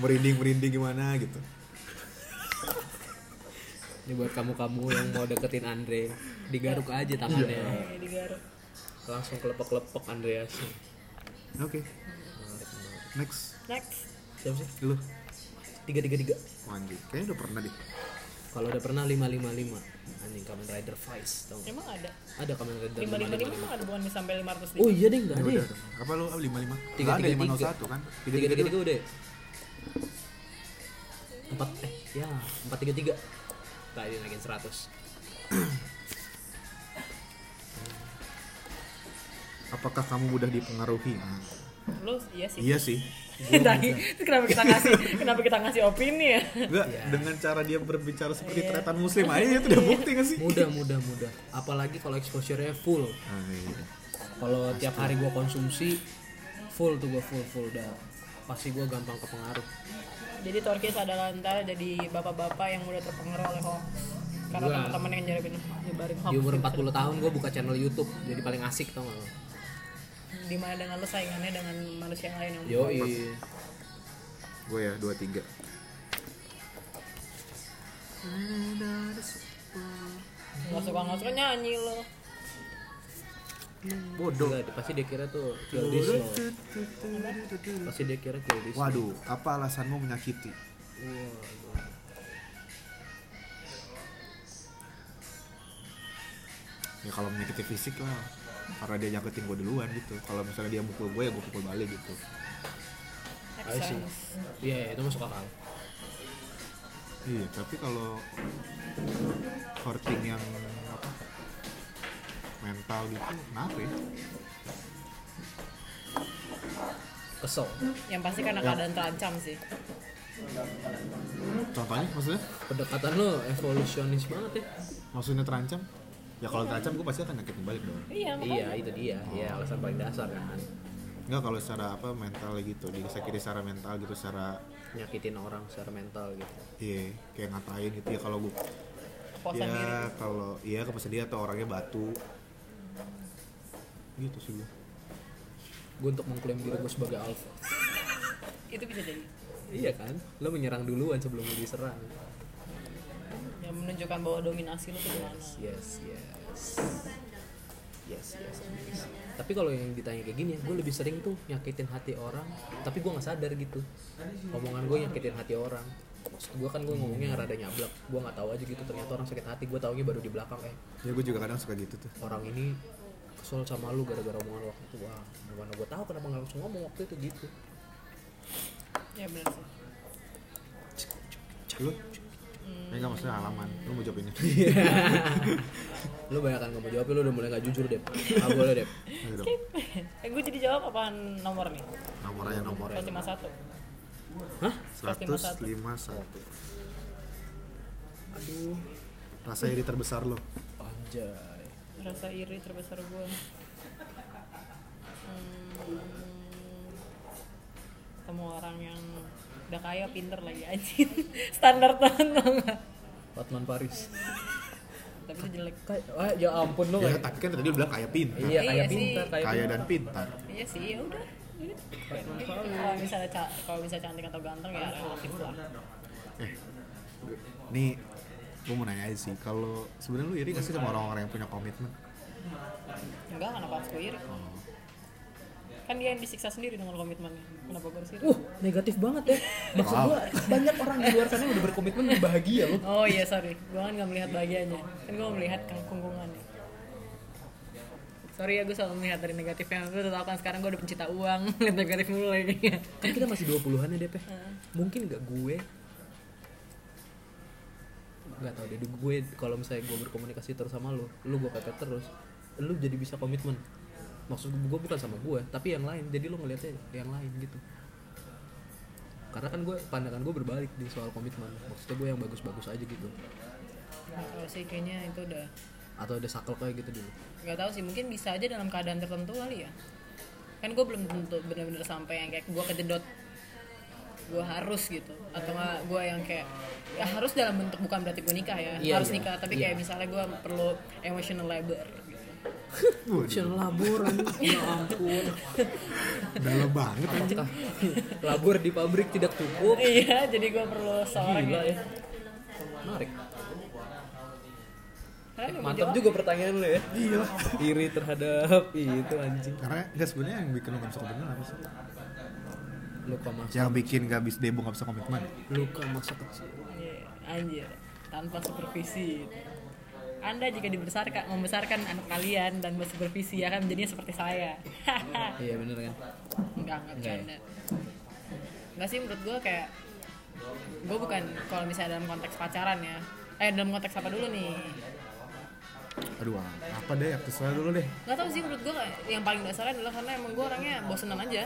S1: Merinding-merinding gimana gitu
S3: ini buat kamu kamu yang mau deketin Andre digaruk aja tangannya
S2: Kayak digaruk
S3: langsung kelepek kelepek Andreas
S1: Oke Next
S2: next
S3: siapa sih
S1: Lu
S3: tiga tiga tiga
S1: Wanji Kayaknya udah pernah deh
S3: kalau udah pernah lima lima lima anjing Kamen Rider Vice tau nggak?
S2: emang ada
S3: ada Kamen Rider
S2: lima
S3: lima
S2: lima lima emang ada bukan sampai lima ratus
S3: oh iya deh nggak
S1: Ya
S3: ada
S1: udah
S3: ya?
S1: Apa lu? Apa, 55?
S3: Tiga,
S1: Nggak ada
S3: tiga,
S1: 501 kan?
S3: tiga tiga tiga udah ya? empat eh ya empat tiga tiga tak ini naikin seratus
S1: Apakah kamu mudah dipengaruhi? Nah,
S2: lo iya sih
S1: Iya sih
S2: Tadi, itu kenapa kita ngasih kenapa kita ngasih opini ya
S1: Enggak, dengan cara dia berbicara seperti tretan muslim aja itu udah bukti gak sih?
S3: mudah mudah mudah apalagi kalau exposure-nya full
S1: Ah, iya.
S3: kalau tiap hari gua konsumsi full tuh gua full full dah pasti gua gampang kepengaruh
S2: jadi Torkis adalah antara jadi bapak-bapak yang mudah terpengaruh oleh hoax karena
S3: Gua-
S2: teman-teman yang nyebarin nyebarin hoax gitu.
S3: di umur 40 tahun gua buka channel YouTube jadi paling asik tau gak lo
S2: di mana dengan lo saingannya dengan manusia yang lain yang
S3: yo
S1: Gue ya, 23
S2: nggak suka nggak suka nyanyi lo
S1: Bodoh
S3: pasti dia kira tuh kill this lo pasti dia kira kill this
S1: Waduh, apa alasanmu menyakiti? Ya kalau menyakiti fisik lah karena dia nyakitin gue duluan gitu kalau misalnya dia mukul gue ya gue pukul balik gitu
S2: Makes
S3: I see.
S2: sense.
S3: iya iya, itu masuk akal
S1: iya tapi kalau courting yang apa mental gitu kenapa ya
S3: kesel
S2: yang pasti karena keadaan terancam sih
S1: contohnya maksudnya
S3: pendekatan lo evolusionis banget ya
S1: maksudnya terancam ya kalau terancam gue pasti akan nyakitin balik dong
S2: iya
S3: iya
S2: makanya
S3: itu dia iya alasan paling dasar kan
S1: Enggak kalau secara apa mental gitu disakiti secara mental gitu secara
S3: nyakitin orang secara mental gitu
S1: iya kayak ngatain gitu ya kalau gue
S2: puasa diri
S1: ya kalau iya kepuasan dia atau orangnya batu gitu sih gue
S3: gue untuk mengklaim diri gue sebagai alpha
S2: itu bisa jadi
S3: iya kan lo menyerang duluan sebelum lo diserang
S2: yang menunjukkan bahwa dominasi lo tuh gimana
S3: yes yes yes yes, yes. tapi kalau yang ditanya kayak gini gue lebih sering tuh nyakitin hati orang tapi gue nggak sadar gitu omongan gue nyakitin hati orang maksud gue kan gue ngomongnya rada nyablak gue nggak tahu aja gitu ternyata orang sakit hati gue taunya baru di belakang eh
S1: ya gue juga kadang suka gitu tuh
S3: orang ini kesel sama lu gara-gara omongan waktu itu wah gimana gue tahu kenapa nggak langsung ngomong waktu itu gitu
S2: ya benar sih
S1: lu ini nggak maksudnya halaman lu mau jawab ini
S3: lu banyak kan mau jawab lu udah mulai nggak jujur deh ah boleh deh
S1: Ayo dong.
S2: eh gue jadi jawab apaan nomor nih
S1: nomor aja nomor
S2: 151
S3: hah
S1: 151
S3: aduh
S1: rasa iri terbesar lo
S3: anjay
S2: rasa iri terbesar gue hmm, ketemu orang yang udah kaya pinter lagi anjing standar tanah
S3: Batman Paris
S2: tapi itu jelek
S3: kayak ah, ya ampun lu
S1: ya
S3: kayak
S1: tapi kan tadi lu bilang kaya pintar
S3: iya kayak
S2: Iya sih.
S3: pintar kayak
S1: kaya dan pintar
S2: iya sih ya udah Udah. kalau misalnya ca- kalau bisa cantik atau ganteng ya relatif lah
S1: eh nih gue mau nanya aja sih kalau sebenarnya lu iri gak sih sama orang-orang yang punya komitmen
S2: enggak kenapa harus gue iri kan dia yang disiksa sendiri dengan komitmennya kenapa gue harus iri
S3: uh negatif banget ya maksud
S1: Wow.
S3: gua banyak orang di luar sana yang udah berkomitmen dan bahagia loh
S2: oh iya sorry gue kan nggak melihat bahagianya kan gue melihat kungkungannya kan sorry ya gue selalu melihat dari negatifnya gue udah tau kan sekarang gue udah pencinta uang lihat negatif mulai
S3: kan kita masih 20-an ya DP mungkin nggak gue nggak tahu deh gue kalau misalnya gue berkomunikasi terus sama lu lu gue kata terus lu jadi bisa komitmen maksud gue bukan sama gue tapi yang lain jadi lu ngeliatnya yang lain gitu karena kan gue pandangan gue berbalik di soal komitmen maksudnya gue yang bagus-bagus aja gitu
S2: Nah, kalau sih kayaknya itu udah
S3: atau ada sakel kayak gitu dulu
S2: nggak tahu sih mungkin bisa aja dalam keadaan tertentu kali ya kan gue belum tentu bener-bener sampai yang kayak gue kejedot gue harus gitu atau nggak gue yang kayak ya harus dalam bentuk bukan berarti gue nikah ya
S3: Iya,
S2: harus
S3: iya.
S2: nikah tapi kayak misalnya gue perlu emotional labor gitu.
S3: Cil labor ya ampun
S1: Dalam banget anjing.
S3: Apakah labor di pabrik tidak cukup
S2: iya jadi gue perlu seorang
S3: gila ya
S2: yang-
S3: menarik
S2: Kalian mau
S3: mantap
S2: jawab?
S3: juga pertanyaan lu ya iya iri terhadap itu anjing
S1: Karena nggak sebenarnya yang bikin lo nggak bisa komitmen apa sih?
S3: luka masa
S1: Yang bikin nggak bisa debo nggak bisa komitmen.
S3: luka masa kecil
S2: Iya, anjir tanpa supervisi gitu. anda jika dibesarkan membesarkan anak kalian dan bersupervisi ya kan jadinya seperti saya
S3: iya bener kan
S2: Enggak, enggak bercanda. Enggak sih menurut gue kayak gue bukan kalau misalnya dalam konteks pacaran ya. Eh dalam konteks apa dulu nih?
S1: Aduh, apa deh? Yang terserah dulu deh.
S2: Enggak tahu sih menurut gue yang paling dasarnya adalah karena emang gue orangnya bosenan aja.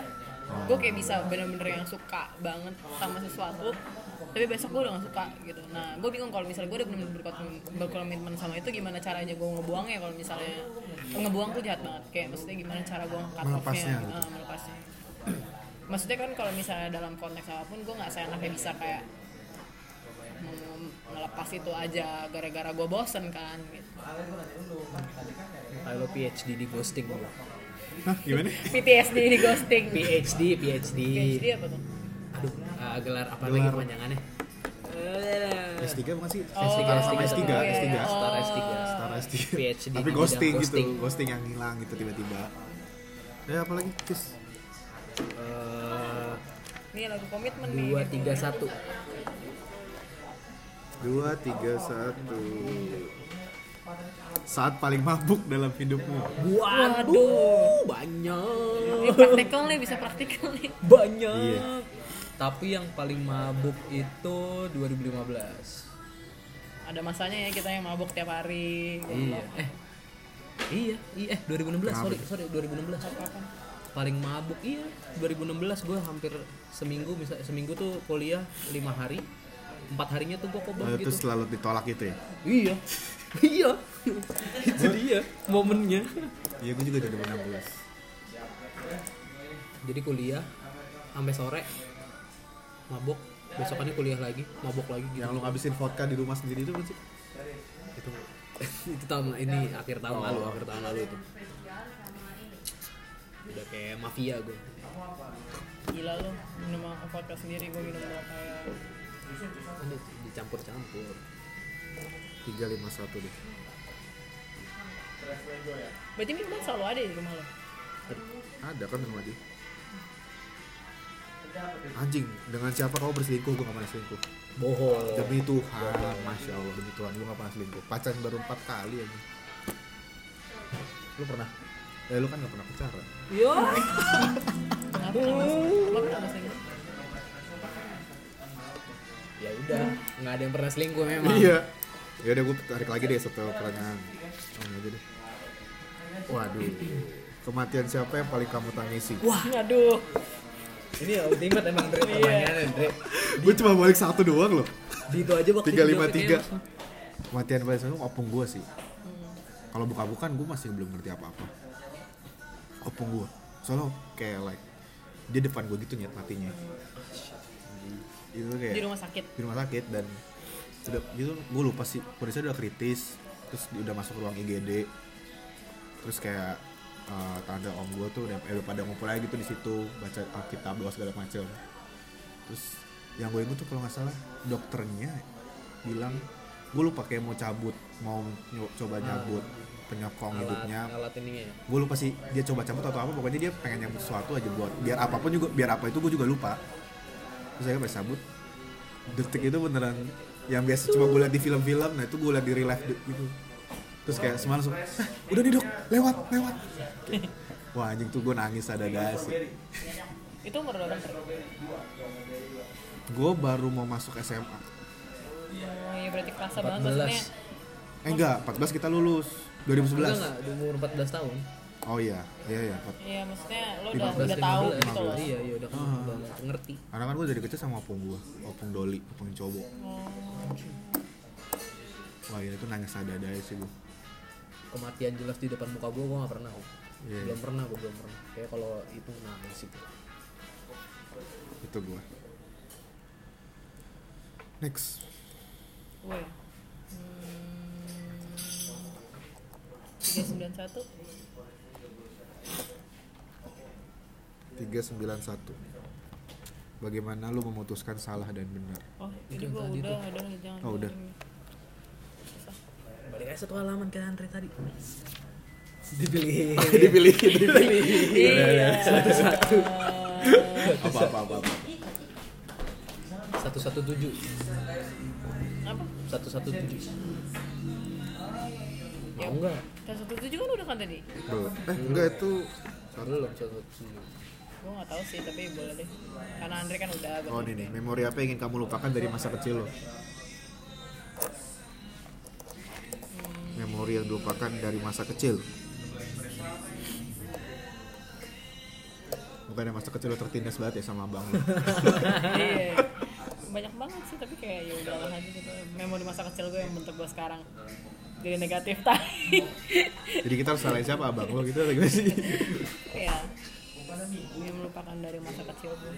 S2: Gue kayak bisa bener-bener yang suka banget sama sesuatu tapi besok gue udah gak suka gitu nah gue bingung kalau misalnya gue udah bener-bener berkomitmen, berkomitmen sama itu gimana caranya gue ngebuangnya kalau misalnya ngebuang tuh jahat banget kayak maksudnya gimana cara gue cut
S1: Melepasnya
S2: off-nya
S1: gitu.
S2: Eh, melepasnya maksudnya kan kalau misalnya dalam konteks apapun gue nggak seenaknya bisa kayak mem- melepas itu aja gara-gara gue bosen kan gitu.
S3: I love PhD di ghosting gua.
S1: Hah, gimana?
S2: PTSD di ghosting
S3: PhD PhD
S2: PhD apa tuh?
S3: aduh eh, gelar apa
S1: Gelar.
S3: lagi kepanjangannya Eh,
S1: S3 bukan sih?
S2: Oh,
S1: Setara sama
S2: S3,
S1: S3,
S2: betul, iya,
S1: S3.
S2: iya. Oh.
S3: Setara S3. Ah,
S1: Setara S3.
S3: PhD di
S1: Tapi
S3: bidang
S1: ghosting,
S3: ghosting.
S1: gitu, ghosting yang hilang gitu tiba-tiba. Ya apalagi Cis?
S3: Eh,
S2: Ini lagu komitmen nih.
S3: dua tiga satu
S1: Dua, tiga, satu. Saat paling mabuk dalam hidupmu.
S3: waduh banyak
S2: Ini praktikal nih, bisa praktikal nih.
S3: banyak
S1: Iya.
S3: tapi yang paling mabuk itu 2015
S2: Ada masanya ya kita yang mabok tiap hari.
S3: iya eh iya iya eh 2016 sorry
S1: Mabuk.
S3: sorry 2016 paling mabuk iya 2016 gue hampir seminggu bisa seminggu tuh kuliah lima hari empat harinya tuh gue kobam
S1: Lalu
S3: gitu
S1: Eh, terus selalu ditolak gitu ya?
S3: iya iya itu dia momennya
S1: Iya, gue juga dari 2016.
S3: jadi kuliah sampai sore mabuk besokannya kuliah lagi mabuk lagi gitu
S1: Yang lu ngabisin vodka di rumah sendiri itu kan sih?
S3: itu itu tahun ini akhir tahun lalu akhir tahun lalu itu udah kayak mafia gue
S2: Gila lu, minum vodka sendiri, gue minum berapa ya.
S3: dicampur campur
S1: 351 deh.
S2: Berarti minuman selalu ada di rumah lo?
S1: Ada kan yang lagi? Anjing, dengan siapa kau berselingkuh? Gue gak pernah selingkuh.
S3: bohong
S1: Demi Tuhan, Masya Allah, demi Tuhan, gue gak pernah selingkuh. Pacaran baru 4 kali aja. Lu pernah? Eh, lu kan gak pernah pacaran.
S3: yo
S2: Kenapa sama sih? Lo kenapa sih?
S3: ya udah nggak ada yang pernah selingkuh memang
S1: Ya udah gue tarik lagi deh satu pertanyaan. Oh, ini aja deh. Waduh. Kematian siapa yang paling kamu tangisi?
S2: Wah, aduh.
S3: ini ya ultimate emang Dre
S2: Iya.
S3: pertanyaannya Dre
S1: Gue cuma balik satu doang loh.
S3: di itu aja
S1: 353.
S3: waktu dijawabnya.
S1: Kematian paling sering opung gue sih. Kalau buka-bukan gue masih belum ngerti apa-apa. Opung gue. Soalnya kayak like dia depan gue gitu nyet matinya. Itu kayak
S2: Di rumah sakit.
S1: di rumah sakit dan sudah gitu gue lupa sih kondisinya udah kritis terus dia udah masuk ruang IGD terus kayak eh, tanda om gue tuh udah, eh, udah pada ngumpul aja gitu di situ baca alkitab doa segala macem terus yang gue ingat tuh kalau nggak salah dokternya bilang gue lupa kayak mau cabut mau nyo- coba nyabut penyokong hidupnya
S3: alat alat ininya ya
S1: gue lupa sih dia coba cabut atau apa pokoknya dia pengen nyambut sesuatu aja buat biar apapun juga biar apa itu gue juga lupa terus saya pas cabut detik itu beneran yang biasa cuma gue liat di "Eh, film-film nah itu gue liat di real life gitu terus kayak semalam langsung "Hah, udah nih dok lewat lewat Wah anjing tuh gue nangis ada ada sih.
S2: Itu umur berapa? Oh,
S1: Gue baru mau masuk SMA.
S2: Oh, ya berarti kerasa banget
S3: 14.
S2: maksudnya.
S1: Eh enggak, 14 kita lulus. 2011.
S3: Enggak enggak, di umur 14 tahun.
S1: Oh iya, iya iya.
S2: Iya, maksudnya lo udah
S3: 14,
S2: udah tahu
S3: 15.
S2: gitu loh.
S3: Iya, iya udah kan udah ngerti.
S1: Karena kan gue dari kecil sama opung gue, opung Doli, opung Cobo.
S2: Oh,
S1: Wah iya itu nangis ada ada sih gue.
S3: Kematian jelas di depan muka gue, gue gak pernah. Om.
S1: Iya.
S3: Belum pernah, gue belum pernah. Kayak kalau itu nah, nangis itu.
S1: Itu gue. Next.
S2: Gue. ya? Hmm. Tiga sembilan satu.
S1: 391. Bagaimana lu memutuskan salah dan benar?
S2: Oh, ini gue udah, udah, jangan.
S1: Oh, udah.
S2: Susah. Iya,
S3: Balik aja satu halaman kayak Andre tadi.
S1: Oh,
S3: Dipilih.
S1: Dipilihin, dipilihin.
S2: Iya. Eh,
S1: apa, apa, apa, apa.
S3: 117.
S2: Apa?
S3: 117.
S2: Ya.
S3: Mau enggak?
S2: Yang satu tujuh kan udah kan tadi?
S1: Belum. Eh, enggak itu
S3: Belum 117.
S2: Gue nggak tahu sih, tapi boleh deh. Karena Andre kan udah.
S1: Oh
S2: berarti.
S1: ini nih, memori apa yang ingin kamu lupakan dari masa kecil lo? Memori yang dilupakan dari masa kecil. Bukan masa kecil lo tertindas banget ya sama abang lo.
S2: Iya. Banyak banget sih, tapi kayak ya udah lah aja gitu. Memori masa kecil gue yang bentuk gue sekarang jadi negatif tadi.
S1: Jadi kita harus salahin siapa abang lo gitu atau gimana sih?
S2: ya. Dia melupakan dari masa kecil gue.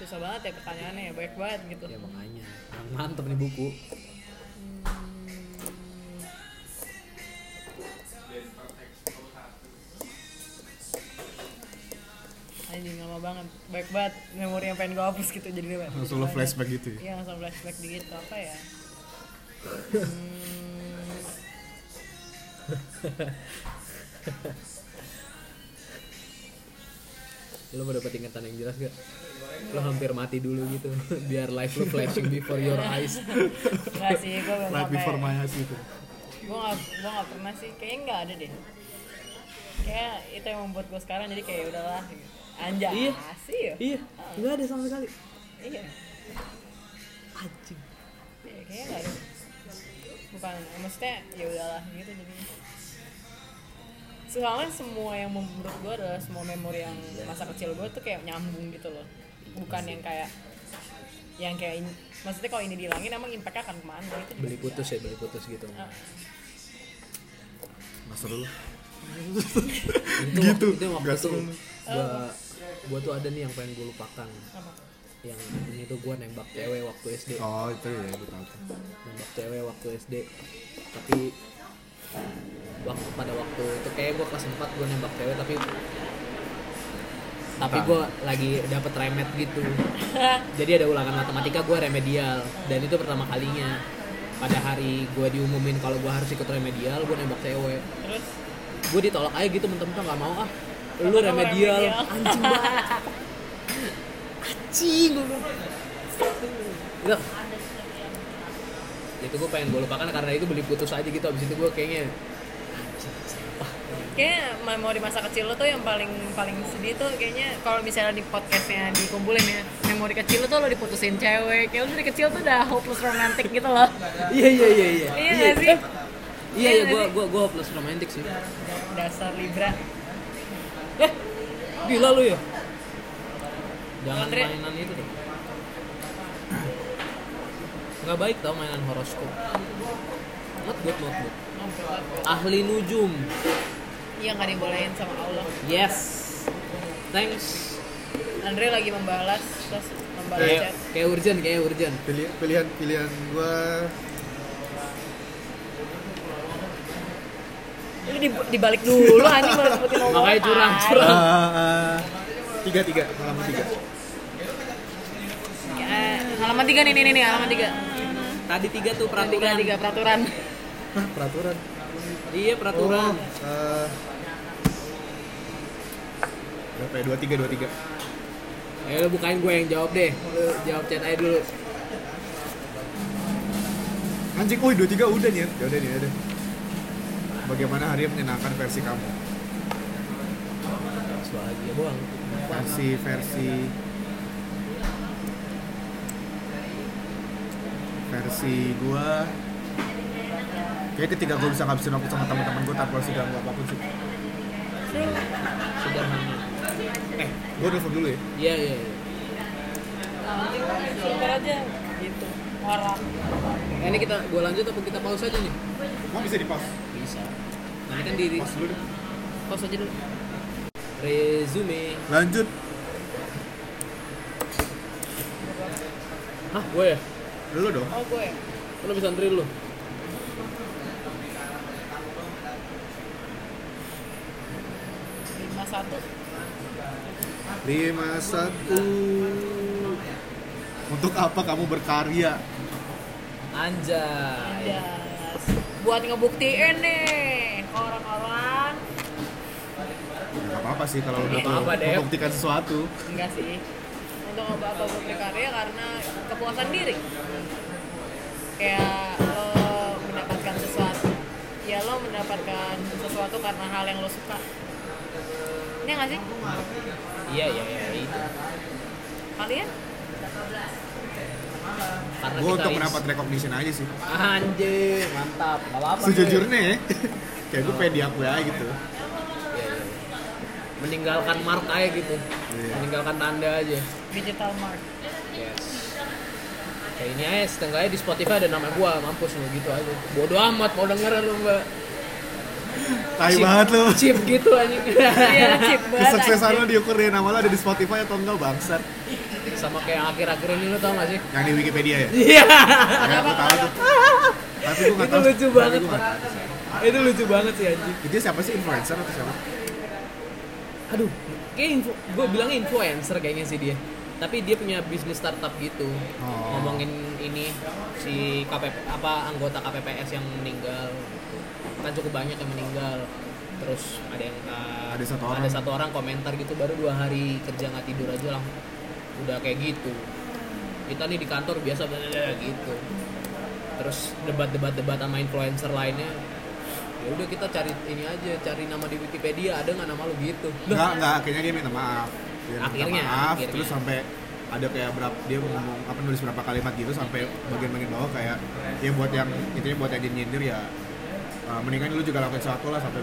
S2: Susah banget ya pertanyaannya ya, banyak banget gitu.
S1: Iya.
S3: Ya makanya. Yang mantep nih buku.
S2: Anjing lama banget, baik banget memori yang pengen gue hapus gitu jadi lewat.
S1: Langsung lo flashback gitu ya.
S2: Iya langsung flashback dikit apa ya? Hmm,
S3: Lo mau dapet ingatan yang jelas gak? Lo hampir mati dulu gitu. Biar life lo flashing before your eyes.
S2: nggak sih, gue belum
S1: Right before
S2: sampai.
S1: my eyes gitu.
S2: Gue nggak, gue nggak pernah sih, kayaknya nggak ada deh. Kayak itu yang membuat gue sekarang jadi kayak udahlah, anjay
S3: Iya.
S2: sih ya.
S3: iya. Enggak ada sama sekali.
S2: Iya.
S3: Anjing.
S2: Ya, kayaknya nggak ada. Bukan, maksudnya ya udahlah gitu jadi. Soalnya semua yang membentuk gue adalah semua memori yang masa kecil gue tuh kayak nyambung gitu loh. Bukan yang kayak yang kayak ini. Maksudnya kalau ini dihilangin emang impact akan kemana itu
S3: Beli putus ya, beli putus gitu.
S1: Masa dulu.
S3: Itu
S1: Gitu,
S3: Waktu, itu waktu
S1: nggak
S3: itu
S1: serem.
S3: gua, gua tuh ada nih yang pengen gue lupakan.
S2: Apa?
S3: Yang ini tuh gua nembak cewek waktu SD.
S1: Oh itu ya, gue tahu.
S3: nembak cewek waktu SD tapi waktu pada waktu itu kayak gue kelas 4 gue nembak cewek tapi tapi gue lagi dapet remet gitu jadi ada ulangan matematika gue remedial dan itu pertama kalinya pada hari gue diumumin kalau gue harus ikut remedial gue nembak cewek
S2: Terus
S3: gue ditolak aja gitu mentah-mentah nggak mau ah lu remedial
S2: remedial.
S3: anjing banget anjing gue bilang. Gitu. Ya itu gue pengen gue lupakan karena itu beli putus aja gitu abis itu gue kayaknya
S2: Kayaknya memori masa kecil lo tuh yang paling paling sedih tuh kayaknya kalau misalnya di podcastnya dikumpulin ya memori kecil lo tuh lo diputusin cewek kayak lo dari kecil tuh udah hopeless romantic gitu loh
S3: iya iya iya iya
S2: iya gak sih
S3: iya iya gue gue gue plus romantis sih
S2: dasar libra
S3: eh gila lu ya jangan
S2: Andre.
S3: mainan itu deh nggak baik tau mainan horoskop not good not good ahli nujum
S2: iya nggak dibolehin sama Allah
S3: Yes. Thanks.
S2: Andre lagi membalas terus membalas
S3: Kayak
S2: chat
S3: kayak urgent, kayak urgent.
S1: Pilihan pilihan pilihan gue
S2: lu di, dibalik dulu anjing malah sebutin Allah
S3: Makanya curang,
S2: tai.
S3: curang.
S1: Eh, tiga tiga halaman tiga.
S2: Ya, halaman tiga nih nih nih, nih halaman tiga
S3: Tadi tiga tuh
S2: tiga
S3: peraturan.
S2: tiga peraturan
S1: Hah, peraturan.
S3: Iya peraturan.
S1: Oh, eh, berapa ya? Dua tiga dua tiga.
S3: Oh. Ya Ayo lu bukain gue yang jawab deh. Lu jawab chat aja dulu.
S1: Anjing, woi 23 udah nih. Ya udah nih, udah. Bagaimana hari yang menyenangkan versi kamu?
S3: Harus bahagia bang
S1: Versi versi versi gua Kayak ketika gua bisa ngabisin waktu sama teman-teman gua tanpa harus diganggu apapun sih.
S3: sederhana
S1: Eh, gua nelfon dulu ya.
S3: iya iya iya.
S2: Sebentar aja gitu. Orang.
S3: Nah, ini kita gue lanjut apa kita pause aja nih
S1: Mau bisa di pause?
S3: bisa nanti kan di
S1: Pause dulu deh.
S2: Pause aja dulu.
S3: resume
S1: Lanjut.
S3: Hah, gue ya?
S1: Dulu dong.
S2: Oh gue. ya?
S3: Lo bisa antri lo?
S2: Lima satu.
S1: 51 Untuk apa kamu berkarya?
S3: Anjay
S2: Yes. Buat ngebuktiin nih ke orang-orang.
S1: Gak Ya, apa-apa sih kalau udah
S3: Nggak apa-apa, Dev.
S1: membuktikan sesuatu
S2: Enggak sih. Untuk apa-apa gue berkarya karena kepuasan diri. Kayak lo mendapatkan sesuatu. Ya lo mendapatkan sesuatu karena hal yang lo suka. Ini nggak sih?
S3: Iya, iya, iya itu
S2: Kalian?
S3: Karena
S1: Gue
S3: kita
S1: untuk
S3: is-
S1: mendapat recognition aja sih
S3: Anjay, mantap Gak apa-apa
S1: Sejujurnya ya Kayak gue pengen diakui aja gitu
S3: Iya, iya. Meninggalkan mark aja gitu
S1: Iya.
S3: Meninggalkan tanda aja
S2: Digital mark.
S3: Yes Kayak ini aja, setengahnya di Spotify ada nama gua Mampus lo gitu aja Bodoh amat, mau denger lo mbak
S1: Tai banget lu
S3: Chip gitu anjing
S2: Iya, chip banget.
S1: Kesuksesan
S2: anjing.
S1: lu diukur dari nama lu ada di Spotify atau enggak bangsat
S3: Sama kayak yang akhir-akhir ini lo tau gak sih?
S1: Yang di Wikipedia ya?
S3: Iya
S1: Ya gue tau tuh Tapi gue gak
S3: Itu
S1: tau
S3: lucu
S1: tapi
S3: banget
S1: gua nggak tahu.
S3: Itu lucu banget sih anjing
S1: Itu siapa sih? Influencer atau siapa?
S3: aduh kayak info gue bilang influencer kayaknya sih dia tapi dia punya bisnis startup gitu
S1: Oh.
S3: ngomongin ini si KPP apa anggota KPPS yang meninggal gitu. kan cukup banyak yang meninggal terus ada yang uh,
S1: Ada satu orang.
S3: ada satu orang komentar gitu baru dua hari kerja nggak tidur aja lah udah kayak gitu kita nih di kantor biasa blablabla gitu terus debat-debat debat sama influencer lainnya ya udah kita cari ini aja cari nama di Wikipedia ada nggak nama lu gitu Lah,
S1: Enggak, enggak, akhirnya dia minta maaf. Dia minta
S3: Akhirnya,
S1: maaf,
S3: akhirnya.
S1: terus sampai ada kayak berapa dia ngomong apa nulis berapa kalimat gitu sampai bagian-bagian bawah kayak ya buat yang intinya buat yang nyindir ya uh, mendingan lu juga lakuin sesuatu lah sampai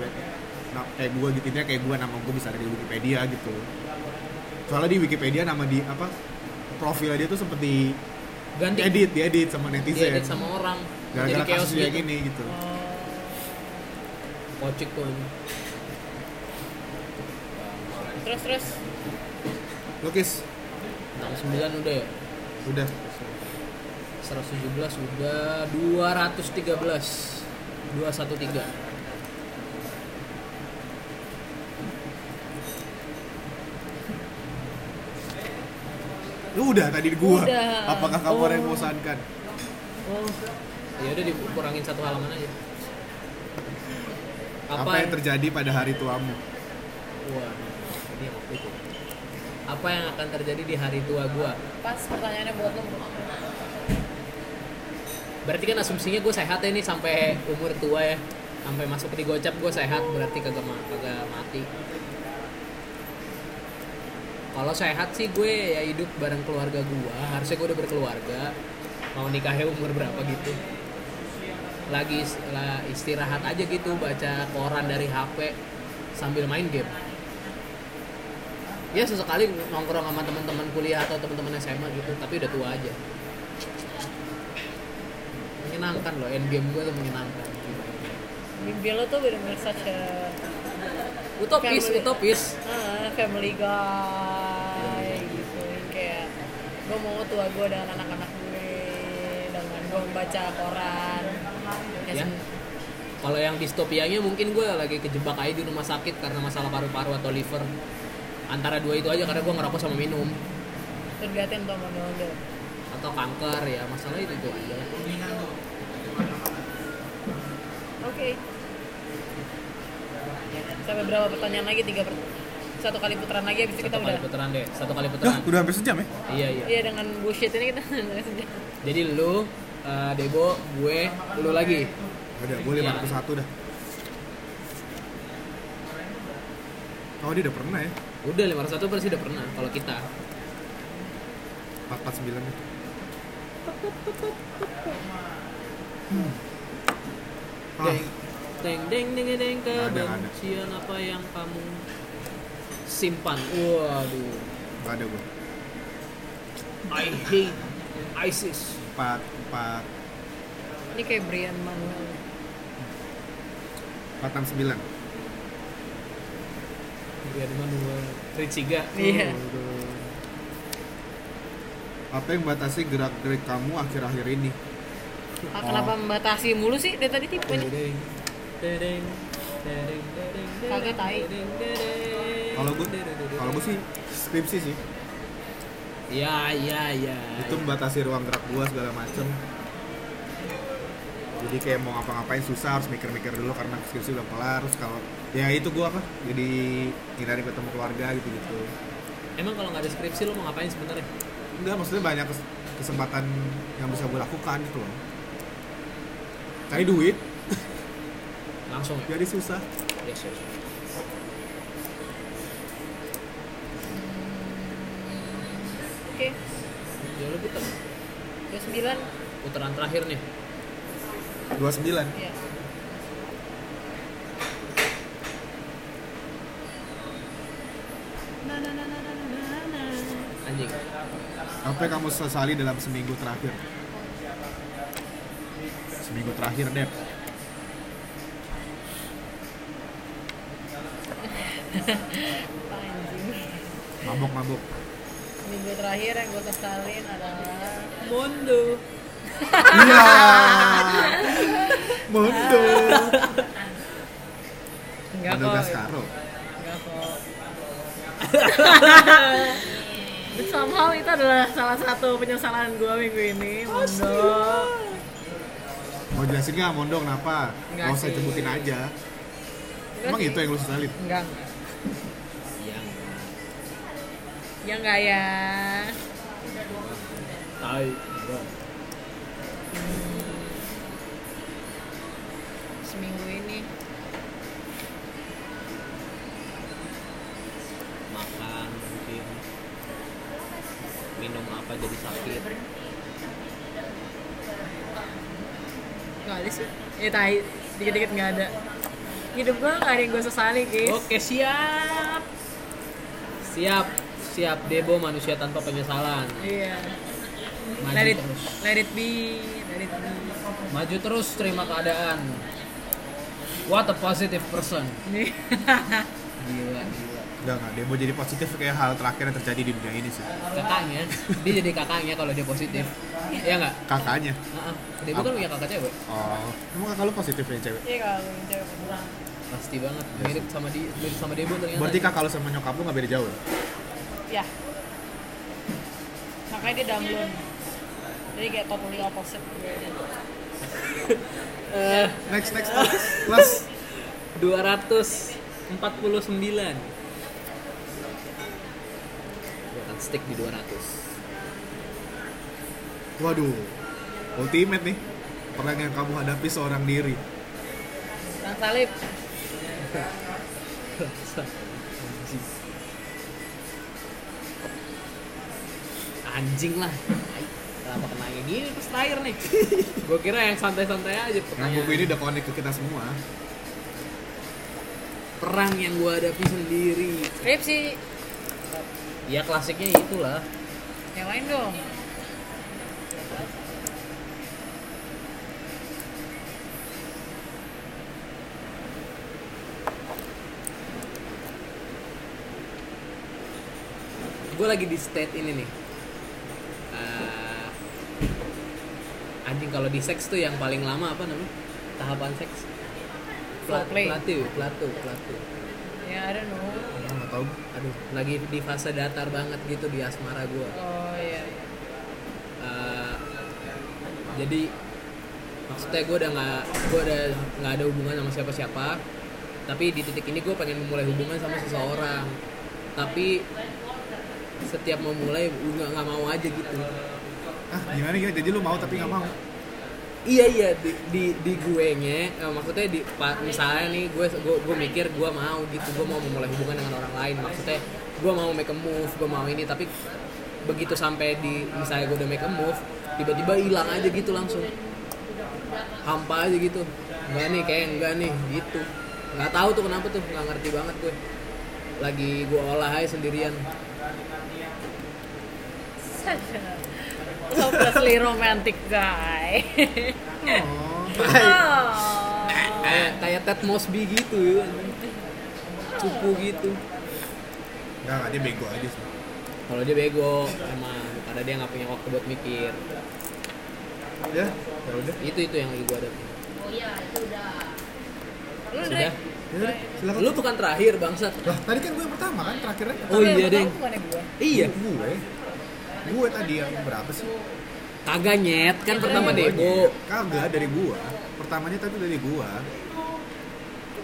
S1: nah, kayak gua gitu intinya kayak gua nama gua bisa ada di Wikipedia gitu. Soalnya di Wikipedia nama di apa profilnya dia tuh seperti
S3: ganti
S1: edit, diedit sama netizen.
S3: diedit sama orang
S1: ya? gara-gara
S3: jadi chaos
S1: kasus dia
S3: gitu
S1: gini gitu.
S3: kocik tuh ini.
S2: Terus terus
S1: Lukis,
S3: 69 udah ya
S1: udah
S3: 117 udah 213 213
S1: Lu udah tadi di gua.
S2: Udah.
S1: Apakah kamu
S2: Oh.
S1: orang yang bosankan?
S2: oh,
S3: ya udah dikurangin satu halaman aja
S1: Apa, yang terjadi pada hari tuamu?
S3: Wah, ini yang waktu itu. Apa yang akan terjadi di hari tua gua?
S2: pas pertanyaannya buat lo bro.
S3: Berarti kan asumsinya gue sehat ya nih sampai umur tua ya. Sampai masuk di gocap gue sehat, berarti kagak ma- kagak mati. Kalau sehat sih gue ya hidup bareng keluarga gua. Harusnya gue udah berkeluarga. Mau nikahnya umur berapa gitu. Lagi is- la- istirahat aja gitu baca koran dari HP sambil main game. Ya sesekali nongkrong sama teman-teman kuliah atau teman-teman SMA gitu, tapi udah tua aja menyenangkan loh endgame gue tuh menyenangkan
S2: Mimpi lo tuh bener-bener such a
S3: utopis
S2: Family.
S3: utopis
S2: Ah, family guy gitu Yang kayak gue mau tua gue dengan anak-anak gue dengan gue membaca koran ya,
S3: Ya.
S2: sen-
S3: kalau yang distopianya mungkin gue lagi kejebak aja di rumah sakit karena masalah paru-paru atau liver antara dua itu aja karena gue ngerokok sama minum
S2: tergantung tuh sama model
S3: atau kanker ya masalah itu tuh aja
S2: oke
S3: Ya.
S2: sampai berapa pertanyaan lagi tiga per satu kali putaran lagi habis itu kita
S3: satu kali
S2: udah
S3: putaran deh satu kali
S1: Dah,
S3: putaran
S1: udah hampir sejam ya?
S3: iya iya
S2: iya dengan bullshit ini kita udah sejam.
S3: jadi lu eh, Debo, gue, lu lagi.
S1: Udah, gue 501 dah. Oh, dia udah pernah ya.
S3: Udah 501 pasti udah pernah kalau kita.
S1: 449 nih. Hmm. Ah,
S3: Deng, deng, deng, deng,
S1: Ada,
S3: deng,
S1: ada.
S3: kebencian apa yang kamu simpan. Waduh.
S1: nggak ada gue.
S3: I hate ISIS.
S1: 4, 4,
S2: Ini kayak Brian
S3: Oh.
S2: Manuel.
S1: 469.
S3: Biar Manuel Richiga.
S2: Iya.
S1: Apa yang batasi gerak-gerik kamu akhir-akhir ini?
S2: Ah, Kenapa membatasi mulu sih dari tadi
S3: Iya.
S2: tipenya? Kagak tai.
S1: Kalau gue, kalau gue sih skripsi sih.
S3: Ya, ya, ya.
S1: Itu membatasi ruang gerak gue segala macem. Jadi kayak mau ngapa-ngapain susah harus mikir-mikir dulu karena skripsi udah kelar. Terus kalau ya itu gue apa? Jadi hindari ketemu keluarga gitu-gitu.
S3: Emang kalau nggak ada skripsi lo mau ngapain sebenarnya?
S1: Enggak, maksudnya banyak kes- kesempatan yang bisa gue lakukan gitu loh. Cari duit,
S3: Langsung ya.
S1: jadi susah.
S3: Yes, yes. yes.
S2: Oke,
S3: Ya lo puter.
S2: 29.
S3: Putaran terakhir nih.
S1: 29.
S2: Iya. Na, na, na, na, na, na, na, na.
S3: Anjing.
S1: Apa yang kamu sesali dalam seminggu terakhir? Seminggu terakhir, Dep.
S2: Apa anjing?
S1: Mabok-mabok.
S2: Minggu terakhir yang gue sesalin adalah
S3: Mondo.
S1: Iya. Mondo.
S2: Enggak
S1: Mondo Gascaro.
S2: Enggak kok. But somehow itu adalah salah satu penyesalan gue minggu ini
S3: Oh,
S2: Mondo
S1: Mau jelasin nggak Mondo kenapa?
S2: Nggak
S1: Mau saya
S2: sih.
S1: sebutin aja.
S2: Enggak
S1: Emang
S2: sih.
S1: itu yang lu sesalin?
S2: Enggak, enggak
S3: Yang
S2: Ya enggak ya
S3: tai.
S2: Seminggu ini
S3: Makan mungkin. Minum apa jadi sakit.
S2: Enggak ada sih Ya tai, dikit-dikit enggak ada Hidup gue enggak ada yang gue sesali guys
S3: Oke, siap. Siap. Siap Debo manusia tanpa penyesalan.
S2: Iya
S3: Maju
S2: let it,
S3: terus.
S2: let it be Let it be
S3: Maju terus terima keadaan. What a positive person.
S2: Nih.
S3: Gila, gila.
S1: Enggak, enggak. Dia mau jadi positif kayak hal terakhir yang terjadi di dunia ini sih.
S3: Kakaknya, dia jadi kakaknya kalau dia positif. Iya nggak?
S1: Kakaknya.
S3: Heeh. Dia bukan punya kakak cewek.
S1: Oh, emang kakak lu positif ya, cewek?
S2: Iya kalau gue mencoba
S3: Pasti banget mirip sama dia, mirip sama Debo ternyata.
S1: Berarti kakak lu sama nyokap lu nggak beda jauh ya?
S2: Ya. Makanya dia damlon. Jadi kayak totally opposite.
S3: Eh,
S1: Next, next, next. Last.
S3: 249. Gua akan stick di 200.
S1: Waduh, ultimate nih. Perang yang kamu hadapi seorang diri.
S2: Bang Salib,
S3: Anjing. Anjing lah. Tai. Kenapa kena kayak gini pas terakhir nih? Gue kira yang santai-santai aja
S1: Yang
S3: pertanyaan.
S1: buku ini udah connect ke kita semua.
S3: Perang yang gue hadapi sendiri.
S2: skripsi.
S3: Ya klasiknya itulah.
S2: Yang lain dong.
S3: Gue lagi di state ini nih. Eh, anjing kalau di seks tuh yang paling lama apa namanya? Tahapan seks. Pla-
S2: Foreplay.
S3: Plato, plato, plato.
S2: Ya, I don't know.
S1: Emang nggak tahu.
S3: Aduh, lagi di fase datar banget gitu di asmara gue.
S2: Oh iya.
S3: Uh, jadi maksudnya gue udah nggak gue udah nggak ada hubungan sama siapa-siapa tapi di titik ini gue pengen memulai hubungan sama seseorang tapi setiap mau mulai nggak nggak mau aja gitu
S1: Ah, gimana ya? Jadi lu mau tapi nggak mau.
S3: Iya iya di di, di gue nya maksudnya di pa- misalnya nih gue gue gue mikir gue mau gitu gue mau memulai hubungan dengan orang lain maksudnya gue mau make a move gue mau ini tapi begitu sampai di misalnya gue udah make a move tiba-tiba hilang aja gitu langsung hampa aja gitu enggak nih kayak enggak nih gitu nggak tahu tuh kenapa tuh nggak ngerti banget gue lagi gue olah aja sendirian
S2: Hopelessly romantic guy. Oh.
S3: kayak kayak Ted Mosby gitu cupu gitu
S1: Enggak, enggak, dia bego aja sih.
S3: kalau dia bego emang karena dia nggak punya waktu buat mikir
S1: Ya, ya udah.
S3: itu itu yang lagi gue ada
S2: Lu deh.
S3: sudah
S1: Ya udah, silakan.
S3: lu bukan terakhir bangsat
S1: Lah, tadi kan gue yang pertama kan, terakhirnya.
S3: oh iya deng
S2: Bukan gue.
S3: iya
S1: Gue. Gue tadi yang berapa sih?
S3: kagak nyet kan pertama
S1: iya.
S3: dego
S1: Kagak dari gua. Pertamanya tadi dari gua.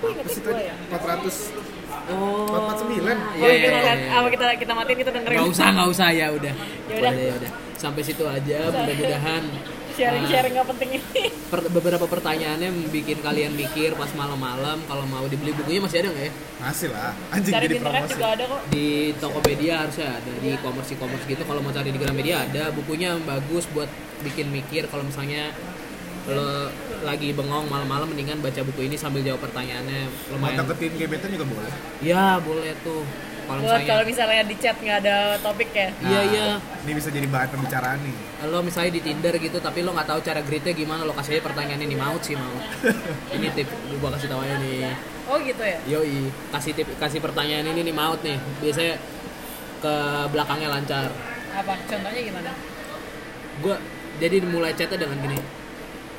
S2: Gue
S1: Apa
S2: inget
S1: sih
S2: gue
S1: tadi?
S2: ya.
S1: 400
S3: oh
S1: 449.
S2: Oh,
S3: iya iya,
S2: kita
S3: iya,
S2: lihat-
S3: iya.
S2: apa kita kita matiin kita dengerin.
S3: nggak usah nggak usah ya udah
S2: Ya
S3: udah
S2: udah.
S3: ya udah sampai situ aja mudah-mudahan
S2: Sharing
S3: ah,
S2: sharing nggak penting ini.
S3: per- beberapa pertanyaannya bikin kalian mikir pas malam-malam kalau mau dibeli bukunya masih ada nggak ya
S1: Masih lah, anjing
S2: Cari di
S1: jadi
S2: internet
S1: promosi.
S2: juga ada kok.
S3: di Tokopedia harusnya ada di e-commerce e-commerce gitu kalau mau cari di Gramedia ada bukunya yang bagus buat bikin mikir kalau misalnya lo lagi bengong malam-malam mendingan baca buku ini sambil jawab pertanyaannya
S1: Mau
S3: lumayan
S1: deketin gebetan juga boleh.
S3: ya boleh tuh kalau
S2: Buat kalau
S3: misalnya
S2: misalnya di chat nggak ada topik ya.
S3: iya
S1: Nah.
S3: iya
S1: Ini bisa jadi bahan pembicaraan nih.
S3: lo misalnya di Tinder gitu tapi lo nggak tahu cara greet-nya gimana lo kasih aja pertanyaan ini maut sih maut ini tip gua kasih tahu aja nih
S2: Oh gitu ya.
S3: yoi kasih tip kasih pertanyaan ini nih maut nih biasanya ke belakangnya lancar
S2: Apa contohnya gimana?
S3: gue jadi mulai chatnya dengan gini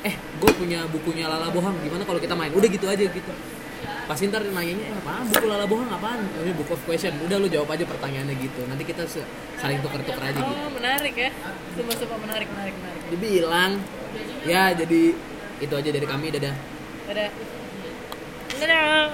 S3: eh gue punya bukunya Lala Bohang gimana kalau kita main udah gitu aja gitu pasti ntar nanyanya eh apaan buku Lala Bohang apaan ini book of question udah lu jawab aja pertanyaannya gitu nanti kita se- saling tuker tuker aja gitu
S2: Oh menarik ya. Semua semua menarik menarik menarik.
S3: dibilang ya jadi itu aja dari kami dadah
S2: Dadah. Dadah.